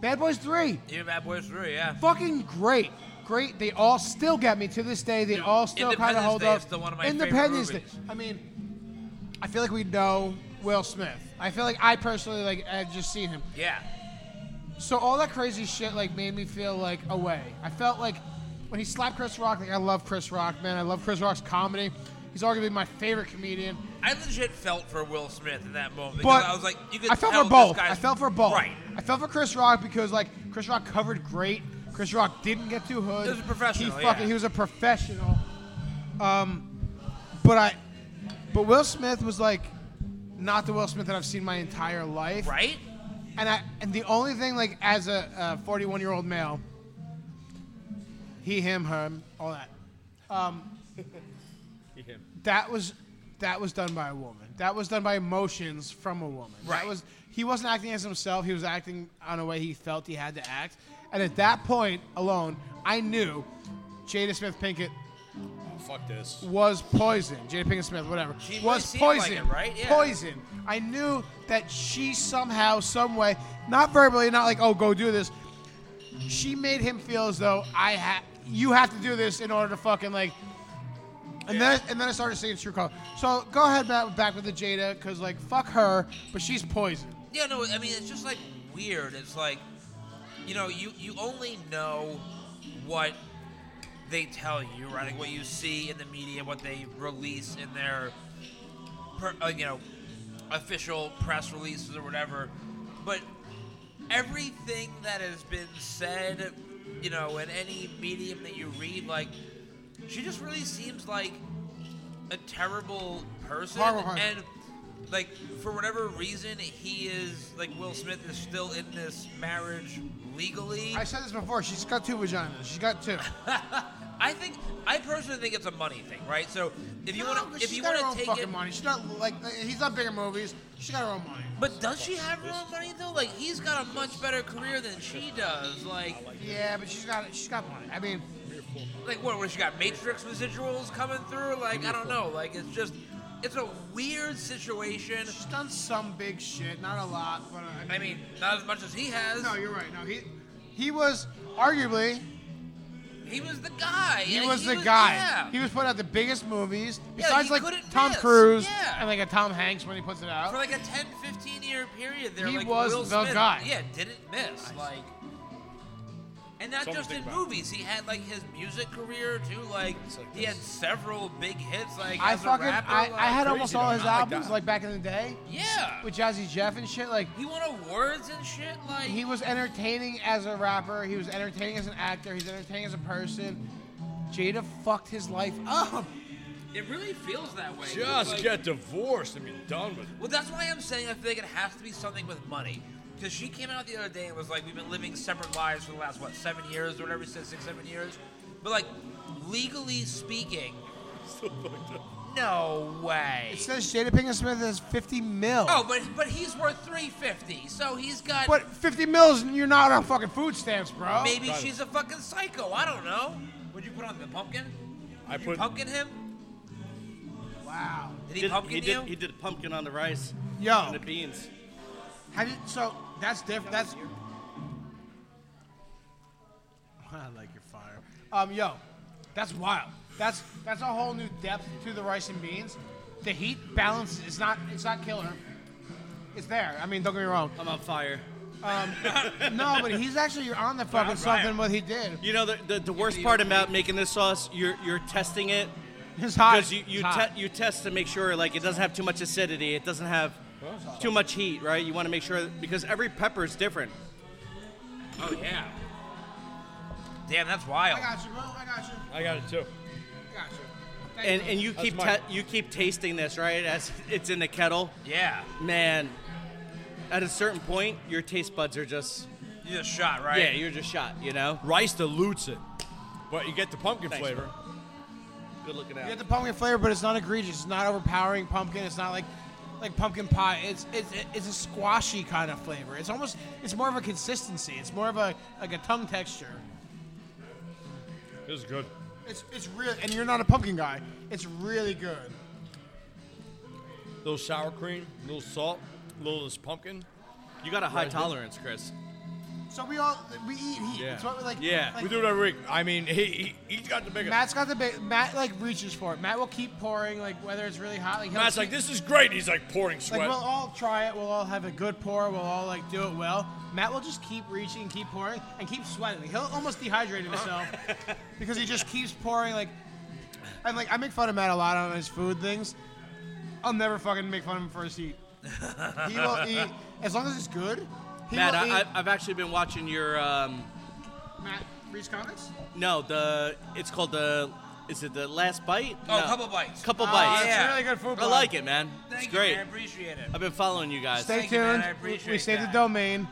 Speaker 3: Bad Boys 3.
Speaker 2: Even Bad Boys 3, yeah.
Speaker 3: Fucking great. Great. They all still get me to this day. They
Speaker 2: Dude,
Speaker 3: all still kind of
Speaker 2: Independence
Speaker 3: hold
Speaker 2: Day
Speaker 3: up.
Speaker 2: is still one of my favorite
Speaker 3: Independence Day.
Speaker 2: movies.
Speaker 3: I mean, I feel like we know Will Smith. I feel like I personally like I've just seen him.
Speaker 2: Yeah.
Speaker 3: So all that crazy shit like made me feel like away. I felt like when he slapped Chris Rock, like I love Chris Rock, man. I love Chris Rock's comedy. He's arguably my favorite comedian.
Speaker 2: I legit felt for Will Smith in that moment. Because
Speaker 3: But
Speaker 2: I was like, you could
Speaker 3: I felt
Speaker 2: tell
Speaker 3: for both.
Speaker 2: This guy's
Speaker 3: I felt for both.
Speaker 2: Right.
Speaker 3: I felt for Chris Rock because like Chris Rock covered great. Chris Rock didn't get too hood.
Speaker 2: He was a professional,
Speaker 3: He
Speaker 2: yeah.
Speaker 3: fucking he was a professional. Um, but I, but Will Smith was like, not the Will Smith that I've seen my entire life.
Speaker 2: Right?
Speaker 3: And I and the only thing like as a 41 year old male, he, him, her, all that. Um, That was that was done by a woman. That was done by emotions from a woman. That
Speaker 2: Right.
Speaker 3: was he wasn't acting as himself. He was acting on a way he felt he had to act. And at that point alone, I knew Jada Smith Pinkett
Speaker 4: Fuck this.
Speaker 3: was poison. Jada Pinkett Smith, whatever,
Speaker 2: She really
Speaker 3: was
Speaker 2: seemed like
Speaker 3: poison.
Speaker 2: it, right? Yeah.
Speaker 3: Poison. I knew that she somehow, some way, not verbally, not like, oh, go do this. She made him feel as though I ha- you have to do this in order to fucking like. And then, and then I started singing True Color. So go ahead back, back with the Jada, because like fuck her, but she's poison.
Speaker 2: Yeah, no, I mean, it's just like weird. It's like, you know, you, you only know what they tell you, right? Like what you see in the media, what they release in their, per, uh, you know, official press releases or whatever. But everything that has been said, you know, in any medium that you read, like, she just really seems like a terrible person.
Speaker 3: Horrible person.
Speaker 2: And, like, for whatever reason, he is, like, Will Smith is still in this marriage legally.
Speaker 3: I said this before. She's got two vaginas. She's got two.
Speaker 2: I think I personally think it's a money thing, right? So if you
Speaker 3: No,
Speaker 2: want
Speaker 3: but
Speaker 2: to, if
Speaker 3: she's
Speaker 2: you
Speaker 3: got her
Speaker 2: want
Speaker 3: own
Speaker 2: to take
Speaker 3: fucking
Speaker 2: it,
Speaker 3: money. She's not like he's not bigger movies. She's got her own money.
Speaker 2: but does she have her own money though? Like he's got a much better career than she does. Like,
Speaker 3: Yeah, but she's got she's got money. I mean,
Speaker 2: like what? Where she got Matrix residuals coming through? Like I don't know. Like it's just, it's a weird situation.
Speaker 3: she's done some big shit, not a lot, but uh,
Speaker 2: I
Speaker 3: I mean,
Speaker 2: mean, not as much as he has.
Speaker 3: no, you're right. No, he he was arguably
Speaker 2: He was the guy.
Speaker 3: he
Speaker 2: Like,
Speaker 3: was the guy.
Speaker 2: Yeah.
Speaker 3: He was putting out the biggest movies
Speaker 2: Yeah,
Speaker 3: besides
Speaker 2: he
Speaker 3: like
Speaker 2: couldn't
Speaker 3: Tom
Speaker 2: miss.
Speaker 3: Cruise
Speaker 2: Yeah.
Speaker 3: and like a Tom Hanks when he puts it out.
Speaker 2: for like a 10, 15 year period there.
Speaker 3: He
Speaker 2: like,
Speaker 3: was
Speaker 2: Will
Speaker 3: the
Speaker 2: Smith,
Speaker 3: guy.
Speaker 2: Yeah, didn't miss. Like, and not
Speaker 4: Something
Speaker 2: just
Speaker 4: to
Speaker 2: in
Speaker 4: think about.
Speaker 2: movies. He had like his music career too. Like,
Speaker 4: like
Speaker 2: he had several big hits. Like,
Speaker 3: I
Speaker 2: as a
Speaker 3: fucking
Speaker 2: rapper,
Speaker 3: I,
Speaker 2: like,
Speaker 3: I had
Speaker 4: crazy
Speaker 3: almost all
Speaker 4: though,
Speaker 3: his
Speaker 4: not like
Speaker 3: albums
Speaker 4: that.
Speaker 3: like back in the day
Speaker 2: yeah.
Speaker 3: with Jazzy Jeff and shit like.
Speaker 2: he won awards and shit. Like,
Speaker 3: He was entertaining as a rapper. He was entertaining as an actor. He's entertaining as a person. Jada fucked his life up.
Speaker 2: it really feels that way. It's
Speaker 4: Just
Speaker 2: like-
Speaker 4: get divorced and be done with it.
Speaker 2: Well, that's why I'm saying I feel like it has to be something with money. Because she came out the other day and was like, we've been living separate lives for the last, what, seven years or whatever she said, six, seven years? But, like, legally speaking, no way.
Speaker 3: It says Jada Pinkett Smith is 50 mil.
Speaker 2: oh, but but he's worth 350 so he's got.
Speaker 3: But 50 mils, and you're not on fucking food stamps, bro.
Speaker 2: maybe she's a fucking psycho. I don't know. Would you put on the pumpkin?
Speaker 4: I
Speaker 2: Did
Speaker 4: put-
Speaker 2: you pumpkin him?
Speaker 3: Wow.
Speaker 2: Did
Speaker 5: He
Speaker 2: he
Speaker 5: did,
Speaker 2: pumpkin
Speaker 5: he, did,
Speaker 2: you?
Speaker 5: he did pumpkin on the rice
Speaker 3: Yo,
Speaker 5: and the beans.
Speaker 3: how did, so that's different. That's. I like your fire. Um, yo, that's wild. That's that's a whole new depth to the rice and beans. The heat balance is not it's not killer. It's there. I mean, don't get me wrong.
Speaker 5: I'm on fire.
Speaker 3: No, but he's actually on the fucking something. What he did.
Speaker 5: You know the, the, the worst part about making this sauce, you're you're testing it
Speaker 3: His hot.
Speaker 5: because you you,
Speaker 3: Hot.
Speaker 5: te- you test to make sure like it doesn't have too much acidity, it doesn't have too much heat, right? You want to make sure because every pepper is different.
Speaker 2: oh, yeah. Damn, that's wild.
Speaker 3: I got you, bro. I got you.
Speaker 4: I got it too.
Speaker 3: I got you. Thank
Speaker 5: And
Speaker 3: you.
Speaker 5: and you
Speaker 4: That's
Speaker 5: keep
Speaker 4: mine.
Speaker 5: te- you keep tasting this, right? As it's in the kettle.
Speaker 2: Yeah.
Speaker 5: Man, at a certain point, your taste buds are just
Speaker 2: You just shot, right?
Speaker 5: yeah, you're just shot, you know?
Speaker 4: Rice dilutes it, but you get the pumpkin
Speaker 5: Thanks,
Speaker 4: flavor.
Speaker 5: Good looking
Speaker 3: You
Speaker 5: out.
Speaker 3: get the pumpkin flavor, but it's not egregious. It's not overpowering pumpkin. It's not like like pumpkin pie. It's it's it's a squashy kind of flavor. It's almost it's more of a consistency. It's more of a like a tongue texture.
Speaker 4: This is good.
Speaker 3: It's it's really and you're not a pumpkin guy. It's really good.
Speaker 4: little sour cream, little salt, little of this pumpkin.
Speaker 5: You got a high
Speaker 4: Right.
Speaker 5: tolerance, Chris.
Speaker 3: So we all we eat heat.
Speaker 5: Yeah.
Speaker 3: It's what we like.
Speaker 5: Yeah.
Speaker 3: like,
Speaker 4: We do it every week. I mean, he, he has got the biggest.
Speaker 3: Matt's got the big. Matt like reaches for it. Matt will keep pouring like whether it's really hot. Like he'll
Speaker 4: Matt's
Speaker 3: keep-
Speaker 4: like, this is great. He's like pouring sweat.
Speaker 3: Like we'll all try it. We'll all have a good pour. We'll all like do it well. Matt will just keep reaching, keep pouring, and keep sweating. Like, he'll almost dehydrate himself because he just keeps pouring. Like, and like I make fun of Matt a lot on his food things. I'll never fucking make fun of him for his heat. He will eat as long as it's good. He
Speaker 5: Matt,
Speaker 3: will
Speaker 5: I,
Speaker 3: eat.
Speaker 5: I, I've actually been watching your. Um,
Speaker 3: Matt reads comments.
Speaker 5: no, the it's called the. Is it the last bite?
Speaker 2: Oh,
Speaker 5: No.
Speaker 2: couple bites. Oh,
Speaker 5: Couple
Speaker 3: Ah,
Speaker 5: bites.
Speaker 2: yeah.
Speaker 3: it's really good food.
Speaker 5: I
Speaker 3: blog.
Speaker 5: like it, man.
Speaker 2: Thank
Speaker 5: it's
Speaker 2: you,
Speaker 5: great.
Speaker 2: man. I appreciate it.
Speaker 5: I've been following you guys.
Speaker 3: Stay
Speaker 2: Thank you, man.
Speaker 3: tuned.
Speaker 2: I
Speaker 3: We- we
Speaker 2: appreciate
Speaker 3: saved
Speaker 2: that.
Speaker 3: the domain.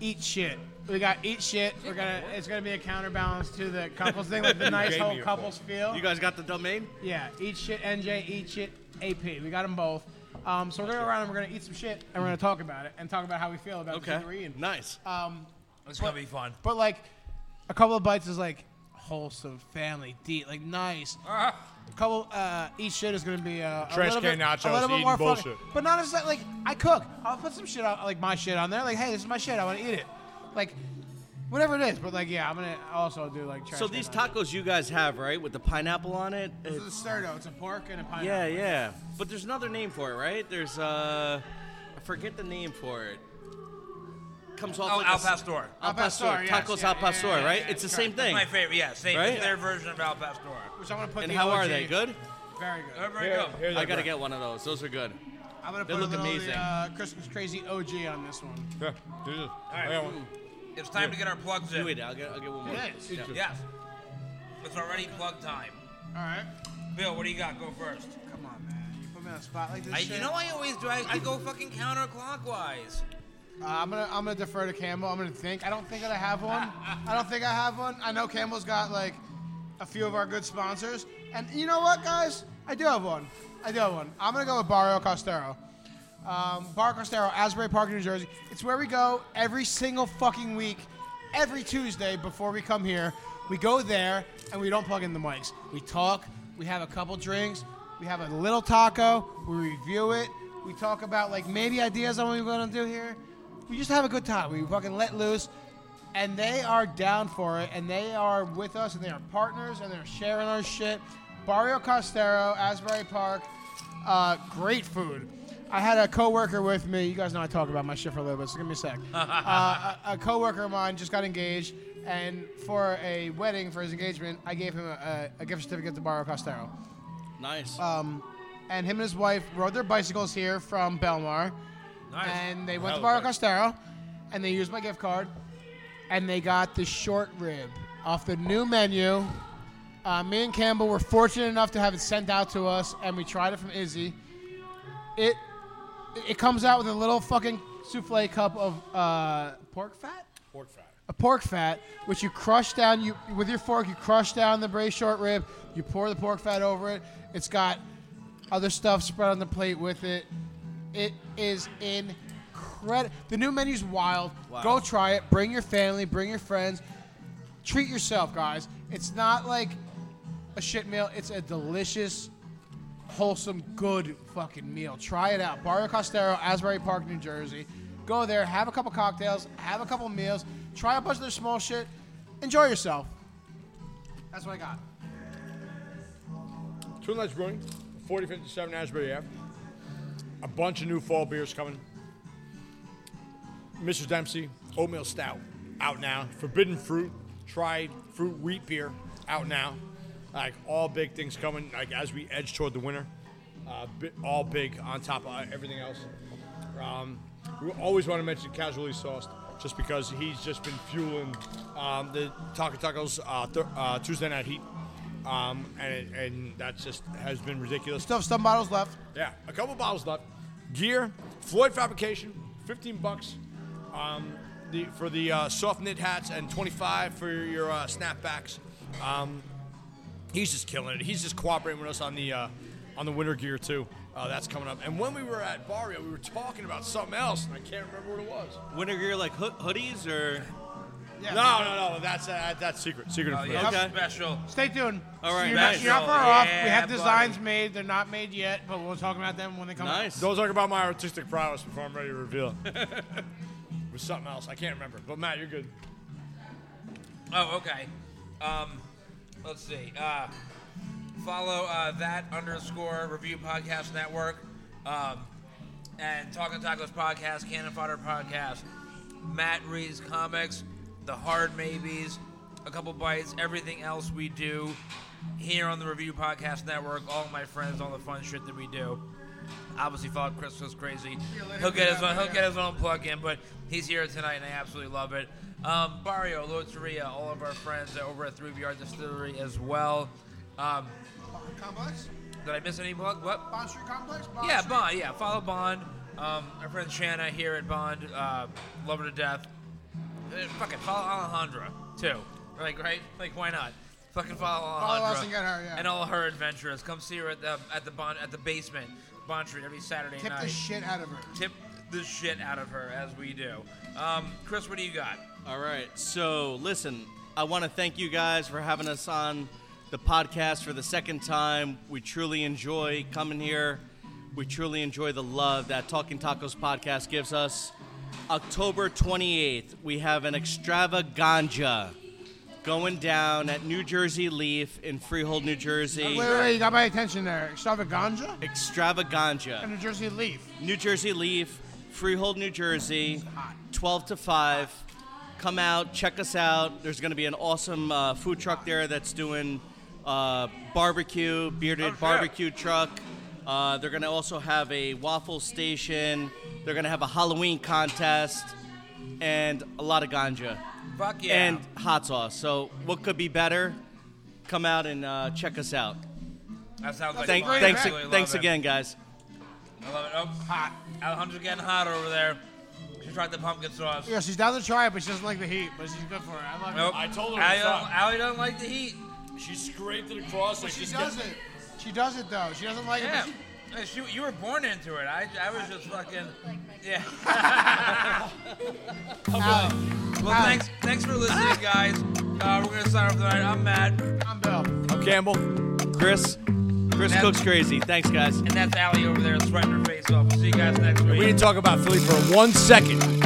Speaker 3: Eat shit. We got eat shit. We're gonna. It's gonna be a counterbalance to the couples thing with the nice
Speaker 4: gave me
Speaker 3: whole
Speaker 4: a
Speaker 3: couples feel.
Speaker 5: you guys got the domain?
Speaker 3: Yeah, eat shit NJ, eat shit AP. We got them both. Um, so we're gonna go around and we're gonna eat some shit and we're gonna talk about it and talk about how we feel about
Speaker 5: Okay.
Speaker 3: the shit we're eating.
Speaker 5: Nice.
Speaker 2: It's gonna be fun.
Speaker 3: But like, a couple of bites is like wholesome family deep, like nice. A couple uh, eat shit is gonna be uh, a
Speaker 4: Trash
Speaker 3: little
Speaker 4: Ah. can
Speaker 3: bit,
Speaker 4: nachos,
Speaker 3: a little bit
Speaker 4: eating
Speaker 3: more fun.
Speaker 4: bullshit.
Speaker 3: But not as like, like I cook. I'll put some shit on like my shit on there. Like, hey, this is my shit. I want to eat it. Like, whatever it is. But like, yeah, I'm gonna also do like. Trash
Speaker 5: so
Speaker 3: can
Speaker 5: these
Speaker 3: nachos.
Speaker 5: tacos you guys have, right, with the pineapple on it?
Speaker 3: This is a sturdo. It's a pork and a pineapple.
Speaker 5: yeah, yeah. But there's another name for it, right? There's uh, I forget the name for it. Comes off
Speaker 2: Oh,
Speaker 5: like
Speaker 2: Al
Speaker 5: a s-
Speaker 2: Pastor.
Speaker 5: Al
Speaker 3: Al
Speaker 5: pastor.
Speaker 3: pastor, yes,
Speaker 5: Tacos
Speaker 3: yeah,
Speaker 5: al
Speaker 3: yeah,
Speaker 5: pastor,
Speaker 3: yeah,
Speaker 5: right?
Speaker 3: yeah,
Speaker 5: it's the
Speaker 3: that's
Speaker 5: same
Speaker 3: right.
Speaker 5: thing.
Speaker 2: My favorite, yeah, same.
Speaker 5: Right?
Speaker 2: It's their version of Al Pastor.
Speaker 3: Which I'm gonna put.
Speaker 5: And
Speaker 3: the
Speaker 5: how are
Speaker 3: OG.
Speaker 5: they? Good?
Speaker 3: Very good.
Speaker 2: They're very
Speaker 4: Here-
Speaker 2: good.
Speaker 4: here's
Speaker 5: I
Speaker 4: our
Speaker 5: gotta
Speaker 4: bread.
Speaker 5: get one of those. Those are good.
Speaker 3: I'm gonna
Speaker 5: They
Speaker 3: put
Speaker 5: look
Speaker 3: a little of
Speaker 5: amazing.
Speaker 3: the, uh, Christmas crazy OG on this one.
Speaker 4: Yeah, do this.
Speaker 2: right.
Speaker 4: I got one.
Speaker 2: It's time to get our plugs
Speaker 5: You eat
Speaker 2: in.
Speaker 5: it. I'll get, I'll get one more.
Speaker 3: is.
Speaker 5: Yeah.
Speaker 2: Yes. It's already plug time.
Speaker 3: All right.
Speaker 2: Bill, what do you got? Go first.
Speaker 3: Come on, man. You put me on the spot like this.
Speaker 2: I,
Speaker 3: shit.
Speaker 2: you know I always do. I, I go fucking counterclockwise.
Speaker 3: Uh, I'm gonna I'm gonna defer to Campbell. I'm gonna think. I don't think that I have one. I don't think I have one. I know Campbell's got like a few of our good sponsors. And you know what, guys? I do have one. I do have one. I'm gonna go with Barrio Costero. Um, Barrio Costero, Asbury Park, New Jersey. It's where we go every single fucking week, every Tuesday before we come here. We go there and we don't plug in the mics. We talk. We have a couple drinks. We have a little taco. We review it. We talk about like maybe ideas on what we're gonna do here we just have a good time. We fucking let loose, and they are down for it, and they are with us, and they are partners, and they're sharing our shit. Barrio Costero, Asbury Park, uh, great food. I had a coworker with me. You guys know I talk about my shit for a little bit, so give me a sec. uh, a, a coworker of mine just got engaged, and for a wedding for his engagement, I gave him a, a, a gift certificate to Barrio Costero
Speaker 5: Nice.
Speaker 3: Um, and him and his wife rode their bicycles here from Belmar.
Speaker 2: Nice.
Speaker 3: And they went to
Speaker 4: Hell
Speaker 3: Barrio
Speaker 4: of a
Speaker 3: Costero, and they used my gift card, and they got the short rib off the new menu. Uh, me and Campbell were fortunate enough to have it sent out to us, and we tried it from Izzy. It it comes out with a little fucking souffle cup of uh, pork fat
Speaker 4: Pork fat.
Speaker 3: a pork fat, which you crush down. You with your fork, you crush down the braised short rib. You pour the pork fat over it. It's got other stuff spread on the plate with it. It is incredible. The new menu's wild.
Speaker 5: Wow.
Speaker 3: Go try it. Bring your family. Bring your friends. Treat yourself, guys. It's not like a shit meal. It's a delicious, wholesome, good fucking meal. Try it out. Barrio Costero, Asbury Park, New Jersey. Go there, have a couple cocktails, have a couple meals, try a bunch of their small shit, enjoy yourself. That's what I got.
Speaker 4: Two Lights Brewing, 4057 Asbury Ave. A bunch of new fall beers coming. Mrs. Dempsey, Oatmeal Stout, out now. Forbidden Fruit, Tried Fruit Wheat Beer, out now. Like all big things coming, like as we edge toward the winter. Uh, bi- all big on top of everything else. Um, we always want to mention Casually Sauced just because he's just been fueling um, the Taco Tacos uh, th- uh, Tuesday Night Heat. Um, and, and that just has been ridiculous.
Speaker 3: Still have some bottles left.
Speaker 4: Yeah, a couple bottles left. Gear, Floyd Fabrication, fifteen bucks. Um, the for the uh, soft knit hats and twenty five for your uh, snapbacks. Um, he's just killing it. He's just cooperating with us on the uh, on the winter gear too. Uh, that's coming up. And when we were at Barrio, we were talking about something else, and I can't remember what it was.
Speaker 5: Wintergear like hood- hoodies or
Speaker 3: Yeah.
Speaker 4: No, no, no. That's uh, that's secret. Secret
Speaker 2: Oh,
Speaker 4: information.
Speaker 2: yeah,
Speaker 5: Okay.
Speaker 2: special.
Speaker 3: Stay tuned.
Speaker 5: All right,
Speaker 3: you're not,
Speaker 5: nice.
Speaker 3: you're not far off. we
Speaker 2: Yeah,
Speaker 3: have designs
Speaker 2: buddy.
Speaker 3: made. They're not made yet, but we'll talk about them when they come. out.
Speaker 5: nice.
Speaker 4: Don't talk about my artistic prowess before I'm ready to reveal. it was something else. I can't remember. But Matt, you're good.
Speaker 2: Oh, okay. Um, let's see. Uh, follow uh, that underscore review podcast network, um, and Talking Tacos podcast, Cannon Fodder podcast, Matt Reed's comics, The Hard Maybes, a couple bites, everything else we do here on the Review Podcast Network. All my friends, all the fun shit that we do. Obviously, follow Chris was crazy. He'll get his own. He'll get his own plug in, but he's here tonight, and I absolutely love it. Um, Barrio, Loteria, all of our friends over at Three Yard Distillery as well. Um,
Speaker 3: Complex?
Speaker 2: did I miss any plug? What?
Speaker 3: Bond Street Complex? Bond
Speaker 2: Yeah,
Speaker 3: Street.
Speaker 2: Bond. Yeah, follow Bond. Um, our friend Shanna here at Bond, uh, love her to death. Uh, fucking follow Alejandra too. Like right? Like why not? Fucking follow Alejandra.
Speaker 3: Follow us and get her, yeah.
Speaker 2: And all her adventures. Come see her at the at the Bond at the basement Bond Street every Saturday
Speaker 3: Tip
Speaker 2: night.
Speaker 3: the shit out of her.
Speaker 2: Tip the shit out of her as we do. Um, Chris, what do you got?
Speaker 5: All right. So, listen, I want to thank you guys for having us on the podcast for the second time. We truly enjoy coming here. We truly enjoy the love that Talking Tacos podcast gives us. October 28th, we have an extravaganza going down at New Jersey Leaf in Freehold, New Jersey.
Speaker 3: Wait, wait, wait, you got my attention there. Extravaganza?
Speaker 5: Extravaganza.
Speaker 3: And New Jersey Leaf.
Speaker 5: New Jersey Leaf, Freehold, New Jersey, 12 to 5. Come out, check us out. There's going to be an awesome uh, food truck there that's doing uh, barbecue, bearded
Speaker 2: Oh, shit.
Speaker 5: barbecue truck. Uh, they're going to also have a waffle station. They're going to have a Halloween contest and a lot of ganja
Speaker 2: Fuck yeah.
Speaker 5: and hot sauce. So, what could be better? Come out and uh, check us out.
Speaker 2: that sounds like
Speaker 5: Thank,
Speaker 2: fun.
Speaker 5: thanks,
Speaker 2: I really love
Speaker 5: thanks
Speaker 2: it.
Speaker 5: again, guys.
Speaker 2: I love it. Oh, hot. Alejandra's getting hot over there. She tried the pumpkin sauce.
Speaker 3: Yeah, she's down to try it, but she doesn't like the heat, but she's good for it. I love
Speaker 2: Nope.
Speaker 4: I told her
Speaker 2: Allie
Speaker 4: it's
Speaker 2: don't,
Speaker 4: not.
Speaker 2: Allie don't like the heat.
Speaker 4: She scraped it across.
Speaker 3: it.
Speaker 4: Like
Speaker 3: She
Speaker 4: she's
Speaker 3: does
Speaker 4: getting-
Speaker 3: it. She does it, though. She doesn't like
Speaker 2: Yeah.
Speaker 3: it.
Speaker 2: Hey, she- you were born into it. I, I was just fucking. Yeah. Well,
Speaker 3: Allie.
Speaker 2: thanks thanks for listening, guys. Uh, we're gonna sign off tonight. I'm Matt, and
Speaker 3: But I'm Bill.
Speaker 4: I'm Campbell.
Speaker 5: Chris, Chris
Speaker 2: That's-
Speaker 5: Cook's crazy. Thanks, guys.
Speaker 2: that's Allie over there sweating her face off. We'll see you guys next week.
Speaker 4: We didn't talk about Philly for one second.